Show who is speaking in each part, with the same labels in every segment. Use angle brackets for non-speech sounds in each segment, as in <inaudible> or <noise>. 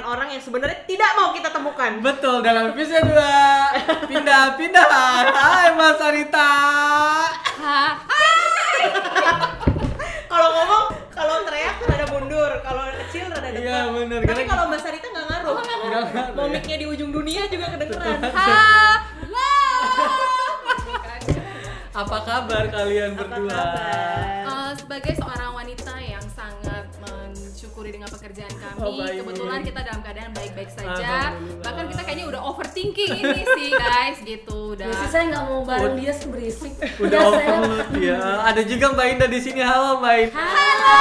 Speaker 1: Nah, orang yang sebenarnya tidak mau kita temukan.
Speaker 2: Betul, dalam episode 2 Pindah-pindah Hai Mas Arita
Speaker 3: Hah?
Speaker 1: Kalau ngomong, kalau teriak rada mundur, kalau kecil rada dekat.
Speaker 2: Iya, bener.
Speaker 1: Tapi
Speaker 2: Karena-
Speaker 1: kalau Mbak Sarita nggak ngaruh.
Speaker 2: Nggak ngaruh,
Speaker 1: Mau
Speaker 2: ya.
Speaker 1: mic-nya di ujung dunia juga kedengeran.
Speaker 3: Halo.
Speaker 2: Apa kabar kalian
Speaker 1: Apa
Speaker 2: berdua?
Speaker 1: kabar?
Speaker 3: Eh, sebagai seorang wanita yang sangat mensyukuri dengan pekerjaan kami,
Speaker 2: Oh, baik.
Speaker 3: kebetulan kita dalam keadaan baik-baik saja.
Speaker 2: Alhamdulillah.
Speaker 3: Bahkan kita kayaknya udah overthinking ini sih guys, gitu udah.
Speaker 4: Biasanya saya nggak mau bareng dia berisik.
Speaker 2: Udah
Speaker 4: Udah saya
Speaker 2: upload ya. Ada juga Mbak Indah di sini. Halo Mbak Indah.
Speaker 3: Halo.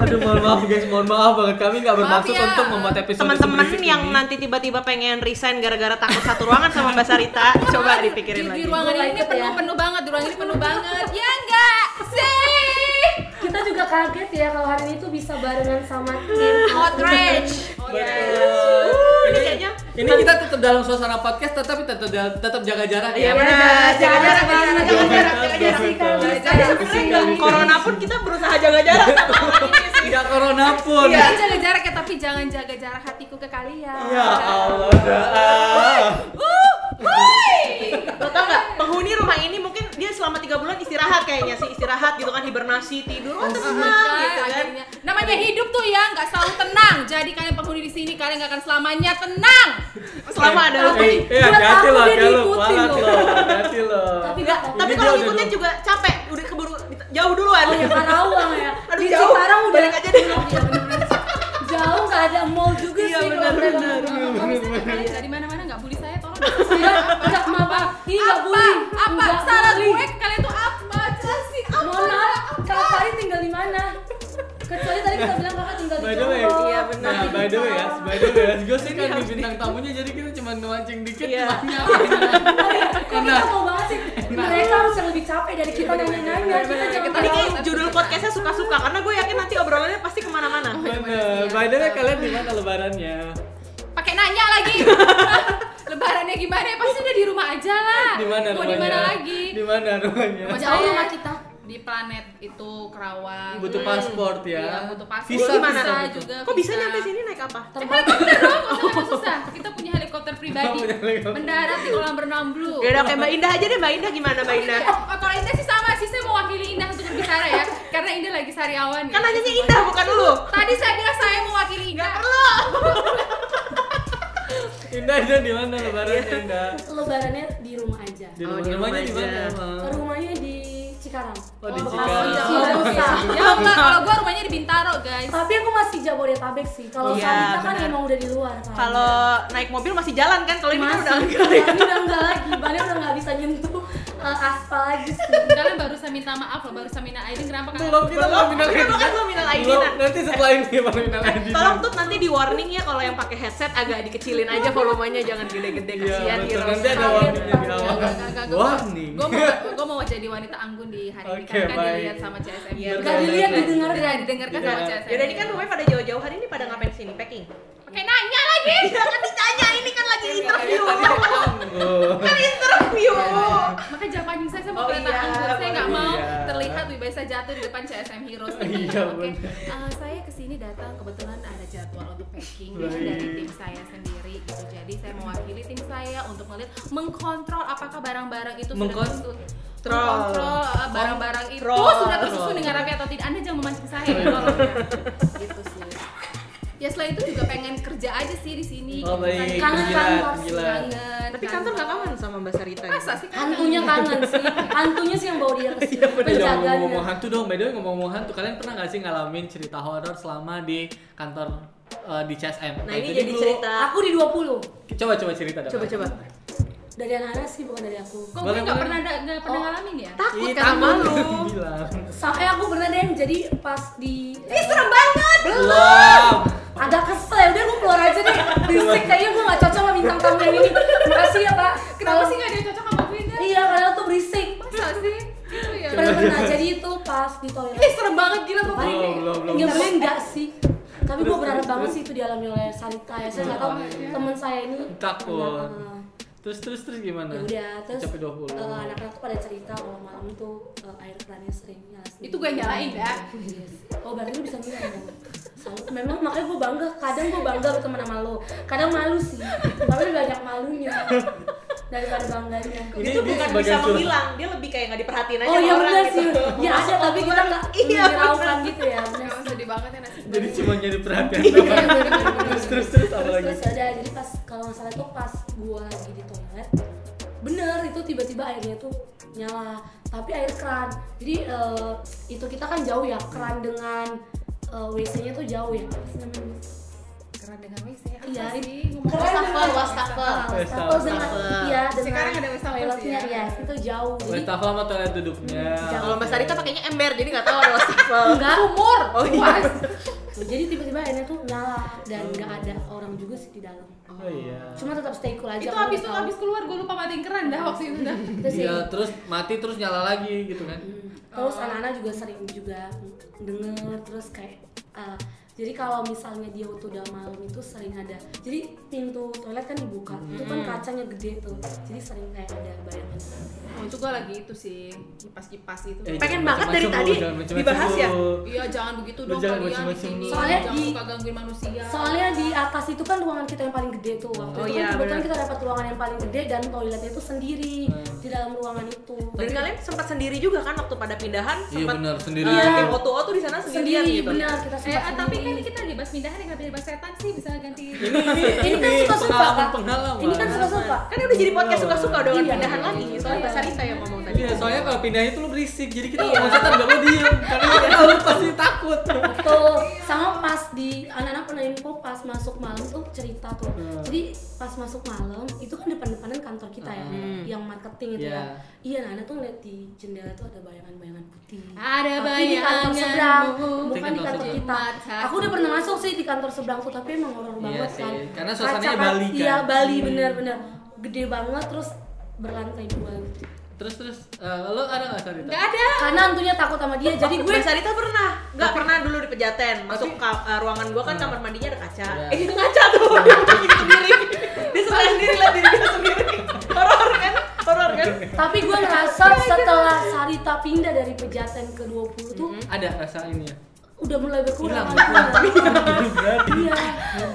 Speaker 2: Aduh, mohon maaf guys, mohon maaf banget kami nggak
Speaker 3: Maaf
Speaker 2: bermaksud
Speaker 3: ya.
Speaker 2: untuk membuat episode
Speaker 1: Teman-teman
Speaker 2: seberisik
Speaker 1: yang
Speaker 2: ini.
Speaker 1: nanti tiba-tiba pengen resign gara-gara takut satu ruangan sama Mbak Sarita, coba
Speaker 3: Di,
Speaker 1: dipikirin
Speaker 3: di
Speaker 1: lagi.
Speaker 3: ruangan
Speaker 4: Gua
Speaker 3: ini
Speaker 4: ikut
Speaker 3: penuh
Speaker 4: ya.
Speaker 3: penuh banget, di ruangan ini penuh banget. Ya enggak sih.
Speaker 4: Kita juga kaget ya kalau hari ini tuh bisa barengan sama tim.
Speaker 3: Outrage.
Speaker 2: Betul.
Speaker 1: Wuh, Iya. Uh, ini
Speaker 2: Ini
Speaker 1: kayaknya-
Speaker 2: ini kita tetap dalam suasana podcast tetapi tetap tetap jaga jarak
Speaker 1: Iya
Speaker 2: ya.
Speaker 1: benar, Iya, jaga jarak, jaga
Speaker 4: Jangan banget.
Speaker 1: jarak, jaga jarak,
Speaker 2: Jangan
Speaker 1: jaga jarak.
Speaker 2: banget.
Speaker 4: Jangan
Speaker 1: Sebenarnya corona pun kita berusaha jaga jarak.
Speaker 2: Tidak corona pun.
Speaker 1: Iya.
Speaker 3: Tapi jaga jarak ya, tapi jangan jaga jarak hatiku ke kalian.
Speaker 2: Ya Allah. dah.
Speaker 1: Lo tau gak, penghuni rumah ini mungkin dia selama 3 bulan istirahat kayaknya sih Istirahat gitu kan, hibernasi, tidur, oh tenang
Speaker 3: Kan,
Speaker 1: gitu kan
Speaker 3: akhirnya. Namanya hidup tuh ya, nggak selalu tenang. Jadi kalian penghuni di sini, kalian nggak akan selamanya tenang.
Speaker 1: Selama ada lo
Speaker 2: Eh, eh,
Speaker 3: Buat
Speaker 2: hati-hati
Speaker 3: aku
Speaker 2: loh,
Speaker 3: dia
Speaker 2: hati-hati loh, parah
Speaker 3: diikutin loh.
Speaker 2: loh, hati-hati loh.
Speaker 4: Tapi
Speaker 1: Enggak, tapi kalau
Speaker 2: Ini dia udah
Speaker 1: ngikutin
Speaker 2: dulu.
Speaker 1: juga capek, udah keburu jauh duluan
Speaker 4: Oh ya Karawang ya.
Speaker 1: Aduh,
Speaker 4: Di
Speaker 1: jauh.
Speaker 4: Cikarang udah
Speaker 1: Balik aja deh.
Speaker 4: Iya, bener. Jauh nggak ada mall juga
Speaker 1: Iya,
Speaker 4: sih. kalau
Speaker 1: bener,
Speaker 4: saya
Speaker 1: bener,
Speaker 4: ngomong.
Speaker 3: Kalau misalnya kalian dari mana-mana nggak bully saya, tolong.
Speaker 4: Iya,
Speaker 3: <laughs>
Speaker 4: nggak apa-apa. Ih, nggak
Speaker 3: Apa?
Speaker 4: boleh.
Speaker 3: Apa?
Speaker 4: Nggak
Speaker 3: Salah
Speaker 4: boleh.
Speaker 3: gue ke kalian tuh apa? Jelasin apa?
Speaker 4: Mohon maaf, Kak Fari tinggal di mana? Kecuali tadi kita bilang kakak tinggal di
Speaker 2: By the way,
Speaker 4: Jonggol.
Speaker 1: Iya, benar.
Speaker 2: Nah,
Speaker 4: Nanti
Speaker 2: by the way ya,
Speaker 4: kita-
Speaker 2: by the way, gue sih kan di bintang tamunya jadi kita cuma nuancing dikit
Speaker 1: Iya.
Speaker 2: cuma nyapa.
Speaker 4: Kok
Speaker 1: Nah.
Speaker 4: kita mau banget sih? Mereka harus yang lebih capek dari kita
Speaker 1: Iya,
Speaker 4: nanya-nanya. Kita jangan
Speaker 1: Ini kayak judul podcastnya suka-suka, karena gue yakin nanti obrolannya pasti kemana-mana
Speaker 2: Bener. By the way, kalian di mana lebarannya?
Speaker 3: Pakai nanya <laughs> lagi. Lebarannya gimana? ya? Pasti udah di rumah aja lah.
Speaker 2: Di mana
Speaker 3: Nah, Mau
Speaker 2: rumahnya?
Speaker 3: di mana lagi?
Speaker 2: Di mana rumahnya?
Speaker 3: Rumah
Speaker 4: Jauh
Speaker 3: saya
Speaker 4: sama kita.
Speaker 3: Di planet itu Kerawang.
Speaker 2: Butuh paspor ya.
Speaker 3: Iya, butuh paspor.
Speaker 2: Visa,
Speaker 3: Gimana?
Speaker 2: visa.
Speaker 3: Juga.
Speaker 1: Kok bisa
Speaker 3: visa.
Speaker 1: nyampe sini naik apa?
Speaker 3: Helikopter dong, nggak usah nggak susah. Kita punya helikopter pribadi.
Speaker 2: Kita punya helikopter.
Speaker 3: Mendarat di kolam renang blue.
Speaker 1: Ya udah kayak Mbak Indah aja deh, Mbak Indah gimana Mbak Indah?
Speaker 3: Oh, kalau Indah sih sama sih, saya mewakili Indah untuk berbicara ya, karena Indah lagi sariawan. ya.
Speaker 1: Kan nanyanya Indah bukan lu
Speaker 3: Tadi saya bilang saya mewakili Indah.
Speaker 2: Indah, Indah di mana lebarannya Indah?
Speaker 4: Lebarannya di rumah aja.
Speaker 2: Di
Speaker 1: Oh,
Speaker 2: rumah,
Speaker 1: di
Speaker 2: rumahnya
Speaker 1: rumah
Speaker 2: di mana?
Speaker 1: aja.
Speaker 2: emang?
Speaker 4: Rumahnya di Cikarang.
Speaker 2: Oh, di
Speaker 3: Oh,
Speaker 2: Cikarang.
Speaker 3: jauh.
Speaker 4: Cikarang.
Speaker 3: Jauh, guys. Jauh nggak? Kalau gua rumahnya di Bintaro guys.
Speaker 4: Tapi aku masih Jabodetabek sih. Kalau
Speaker 1: Iya,
Speaker 4: Sarita kan
Speaker 1: benar.
Speaker 4: emang udah di luar. kan.
Speaker 1: Kalau naik mobil masih jalan kan, kalau ini kan udah
Speaker 4: masih,
Speaker 1: enggak
Speaker 4: <laughs> tapi udah enggak lagi. Bannya udah nggak bisa nyentuh eh, aspal lagi sih.
Speaker 3: Kalian baru saya minta maaf loh, baru saya minta Aidin kenapa kalian?
Speaker 2: Belum kita belum minal
Speaker 1: Kita
Speaker 2: Aidin.
Speaker 1: bukan belum minal
Speaker 2: Belum,
Speaker 1: aidinan
Speaker 2: Nanti setelah ini baru minal Aidin.
Speaker 1: Tolong tuh nanti di warning ya kalau yang pakai headset agak dikecilin aja volumenya jangan gede-gede
Speaker 2: Iya,
Speaker 1: kasihan gitu.
Speaker 2: betul.
Speaker 1: heroes.
Speaker 2: Nanti ada warningnya di awal. Warning.
Speaker 3: Gue mau, gua mau jadi wanita anggun di hari ini
Speaker 2: Oke,
Speaker 3: karena kan
Speaker 2: baik.
Speaker 3: dilihat sama CSM.
Speaker 1: Iya,
Speaker 4: Nggak dilihat
Speaker 2: Betul.
Speaker 4: didengar
Speaker 3: Nggak didengarkan Kan sama
Speaker 2: Iya.
Speaker 3: CSM.
Speaker 1: Yaudah ini kan rumahnya pada jauh-jauh hari ini pada ngapain sini packing?
Speaker 3: Pakai nanya lagi.
Speaker 1: Jangan ditanya ini kan lagi interview.
Speaker 2: <laughs> Oh.
Speaker 1: Kan interview. iya.
Speaker 3: Makanya jangan pancing saya sama
Speaker 1: Oh,
Speaker 3: kelihatan
Speaker 1: iya,
Speaker 3: anggur. Saya nggak
Speaker 2: oh,
Speaker 3: mau
Speaker 2: iya.
Speaker 3: terlihat lebih baik saya jatuh di depan CSM
Speaker 2: <laughs>
Speaker 3: Heroes ini.
Speaker 2: Iya,
Speaker 3: Oke.
Speaker 2: bener.
Speaker 3: Eh, saya kesini datang kebetulan ada jadwal untuk packing ya,
Speaker 2: Baik.
Speaker 3: dari tim saya sendiri gitu. Jadi saya mewakili tim saya untuk melihat mengkontrol apapkan barang-barang itu
Speaker 2: Mengkon-
Speaker 3: sudah tersusun. Mengkontrol eh, barang-barang itu
Speaker 1: Kontrol.
Speaker 3: sudah tersusun dengan rapi atau tidak. Anda jangan memancing saya ya,
Speaker 2: Iya.
Speaker 3: tolong ya. Gitu sih. Ya selain itu juga pengen kerja aja sih di sini.
Speaker 2: Oh,
Speaker 3: gitu
Speaker 2: baik.
Speaker 3: kan.
Speaker 4: Kangen
Speaker 2: Gila,
Speaker 4: kantor,
Speaker 2: gila. kan-
Speaker 3: Kangen.
Speaker 1: Tapi kantor nggak kangen sama Mbak Sarita. gitu?
Speaker 3: Masa Kan sih kangen?
Speaker 4: Hantunya kangen sih. Hantunya sih yang bawa dia ke sini.
Speaker 2: Iya,
Speaker 4: Penjaganya.
Speaker 2: ngomong-ngomong hantu dong. By the way, ngomong-ngomong hantu, kalian pernah gak sih ngalamin cerita horor selama di kantor eh, di CSM?
Speaker 1: Nah
Speaker 2: Kayak
Speaker 1: ini
Speaker 2: tadi
Speaker 1: jadi
Speaker 2: dulu.
Speaker 1: cerita.
Speaker 4: Aku di 20.
Speaker 2: Coba coba cerita dong.
Speaker 1: Coba coba.
Speaker 4: Dari anak-anak sih bukan dari aku.
Speaker 3: Kok gue
Speaker 2: Boleh,
Speaker 3: nggak
Speaker 2: boleh.
Speaker 3: pernah ada- nggak pernah
Speaker 4: Oh.
Speaker 3: ngalamin ya?
Speaker 1: Takut
Speaker 2: Ih,
Speaker 1: kan malu.
Speaker 2: Gila.
Speaker 4: Sampai eh, aku pernah deh jadi pas di eh,
Speaker 1: Ih serem banget.
Speaker 2: Belum.
Speaker 4: agak kesel ya udah gue keluar aja deh berisik kayaknya gue gak cocok sama bintang tamu yang ini makasih ya pak
Speaker 3: Kenapa
Speaker 4: Kalau-
Speaker 3: sih nggak ada yang cocok sama gue Indah?
Speaker 4: iya kadang tuh berisik
Speaker 3: Masa sih? Gitu ya?
Speaker 4: pernah pernah jadi itu pas di toilet
Speaker 3: Ih serem banget gila gue
Speaker 2: Belum, belum, belum.
Speaker 4: nggak boleh enggak sih tapi gue berharap banget sih itu dialami oleh Sarita ya saya nggak tahu temen saya ini
Speaker 2: Iya. Takut.
Speaker 4: kenapa.
Speaker 2: Terus terus terus gimana?
Speaker 4: ya udah terus
Speaker 2: Capek 20.
Speaker 4: eh, anak-anak tuh pada cerita kalau malam tuh eh, air kerannya sering nyala sendiri.
Speaker 3: Itu gue yang nyalain ya?
Speaker 4: Yes. oh berarti lu bisa nyalain dong memang makanya gue bangga kadang gue bangga berteman sama lo kadang malu sih tapi lebih banyak malunya daripada bangganya
Speaker 2: Ini-
Speaker 1: itu
Speaker 2: ini
Speaker 1: bukan
Speaker 2: sebagai
Speaker 1: bisa
Speaker 2: curhat.
Speaker 1: menghilang, dia lebih kayak nggak diperhatiin aja
Speaker 4: oh
Speaker 1: sama
Speaker 4: iya
Speaker 1: orang
Speaker 4: benar
Speaker 1: gitu.
Speaker 4: sih ya ada tapi kita nggak
Speaker 1: Iya,
Speaker 4: menghiraukan
Speaker 1: bener.
Speaker 4: gitu ya bener.
Speaker 3: Emang sedih banget ya nasib
Speaker 2: Jadi
Speaker 3: gue.
Speaker 2: cuma nyari perhatian
Speaker 1: Iya,
Speaker 2: doang. terus terus terus apa
Speaker 4: terus
Speaker 2: lagi?
Speaker 4: terus ada jadi pas kalau nggak salah itu pas gua lagi di toilet bener itu tiba-tiba airnya tuh nyala tapi air keran jadi eh, itu kita kan jauh ya keran dengan wc nya tuh jauh ya Apa sih namanya?
Speaker 3: Keren dengan WC. Hmm. apa
Speaker 4: Iya,
Speaker 3: sih?
Speaker 4: ini
Speaker 3: Ngomong
Speaker 4: keren
Speaker 3: wastafel,
Speaker 4: dengan-
Speaker 3: wastafel.
Speaker 4: Ah,
Speaker 2: Wastafel.
Speaker 4: wastafel dengan
Speaker 1: Wastafel.
Speaker 4: iya dengan
Speaker 3: Sekarang ada wastafel sih
Speaker 4: toiletnya
Speaker 3: ya.
Speaker 4: ya itu jauh jadi
Speaker 2: Wastafel sama toilet duduknya.
Speaker 4: Jangan.
Speaker 1: Kalau Mbak Sarita pakainya ember, jadi nggak tahu ada wastafel.
Speaker 4: enggak
Speaker 3: Sumur.
Speaker 1: Oh iya.
Speaker 3: Was.
Speaker 4: Tuh, jadi tiba-tiba airnya tuh nyala dan nggak ada orang juga sih di dalam
Speaker 2: Oh iya.
Speaker 4: cuma tetap stay cool aja
Speaker 3: Itu
Speaker 4: kalau
Speaker 3: habis tuh
Speaker 4: tahu.
Speaker 3: habis keluar gue lupa matiin keran dah waktu itu dah.
Speaker 4: Terus ya,
Speaker 2: Iya, terus mati terus nyala lagi gitu
Speaker 1: Iya.
Speaker 2: kan.
Speaker 4: terus anak-anak juga sering juga denger terus kayak eh, jadi kalau misalnya dia tuh udah malam itu sering ada jadi pintu toilet kan dibuka itu kan kacanya gede tuh jadi sering kayak ada bayangan
Speaker 3: Oh, itu gue lagi itu sih kipas-kipas itu.
Speaker 2: Eh,
Speaker 1: Pengen
Speaker 2: jangan
Speaker 1: banget dari
Speaker 2: macem-macem
Speaker 1: tadi
Speaker 2: lu, jangan macem-macem
Speaker 1: dibahas ya?
Speaker 2: lu.
Speaker 3: Iya jangan begitu
Speaker 2: Lu
Speaker 3: dong
Speaker 2: jangan
Speaker 3: kalian di
Speaker 2: macem-macem
Speaker 3: sini.
Speaker 2: lu.
Speaker 4: Soalnya
Speaker 3: jangan
Speaker 4: di-
Speaker 3: suka gangguin manusia.
Speaker 4: soalnya di atas itu kan ruangan kita yang paling gede tuh waktu
Speaker 1: Oh
Speaker 4: itu
Speaker 1: iya,
Speaker 4: kan kebetulan
Speaker 1: bener.
Speaker 4: kita dapat ruangan yang paling gede dan toiletnya itu sendiri
Speaker 2: Hmm.
Speaker 4: di dalam ruangan itu
Speaker 1: Dan kalian sempat sendiri juga kan waktu pada pindahan
Speaker 2: Iya
Speaker 1: sempat
Speaker 2: benar sendiri.
Speaker 1: eh,
Speaker 4: Iya.
Speaker 1: tim O2O tuh di sana sendirian
Speaker 4: sendiri
Speaker 1: gitu.
Speaker 4: benar kita
Speaker 3: Eh,
Speaker 4: sempat
Speaker 3: ah, tapi kan
Speaker 4: sendiri.
Speaker 3: kita di bas pindahan yang bebas setan sih bisa ganti.
Speaker 4: ini kan suka-suka
Speaker 2: pengalaman
Speaker 4: Kak.
Speaker 2: pengalaman.
Speaker 4: ini kan suka-suka
Speaker 1: Kan udah jadi podcast
Speaker 2: Iya.
Speaker 1: suka-suka dengan
Speaker 4: Iya.
Speaker 1: pindahan kan? lagi. Soalnya Mbak Sarita yang ngomong tadi.
Speaker 2: Iya, soalnya kalau pindahin tuh lu berisik. Jadi kita ngomong setan enggak lu diem karena <laughs> lu tahu lu pasti takut.
Speaker 4: Tuh, sama pas di anak-anak pernah info pas masuk malam tuh cerita tuh.
Speaker 2: Hmm.
Speaker 4: Jadi pas masuk malam itu kan depan-depanan kantor kita ya,
Speaker 2: Hmm.
Speaker 4: yang marketing itu
Speaker 2: Iya.
Speaker 4: ya. Iya, nah, anak tuh ngeliat di jendela tuh ada bayangan-bayangan putih.
Speaker 3: Ada
Speaker 4: Tapi di kantor seberang,
Speaker 3: bayanganmu.
Speaker 4: bukan di
Speaker 2: Di kantor
Speaker 4: kantor kita.
Speaker 3: seberang.
Speaker 4: Aku udah pernah masuk sih di kantor seberang tuh, tapi emang horor
Speaker 2: Iya
Speaker 4: banget
Speaker 2: sih,
Speaker 4: kan.
Speaker 2: karena suasananya
Speaker 4: Kaca-
Speaker 2: Bali kan.
Speaker 4: Iya Bali
Speaker 2: Hmm.
Speaker 4: bener-bener, gede banget terus berlantai dua. gitu.
Speaker 2: Terus terus eh, lu ada enggak cerita?
Speaker 3: Gak ada.
Speaker 4: Karena antunya takut sama dia,
Speaker 2: Eh,
Speaker 4: jadi gue
Speaker 1: Mbak Sarita pernah, nggak pernah dulu di pejaten. Masuk ka- eh, ruangan gua kan kamar mandinya ada kaca.
Speaker 2: Hmm. Iya.
Speaker 1: Eh itu kaca tuh. Dia sendiri. Dia sendiri sendiri lihat diri dia sendiri. Horor kan? Horor kan?
Speaker 4: Tapi gue ngerasa setelah Sarita pindah dari pejaten ke 20 tuh
Speaker 2: Ada rasa ini ya.
Speaker 4: udah mulai berkurang.
Speaker 2: Hilang, <laughs>
Speaker 4: Iya.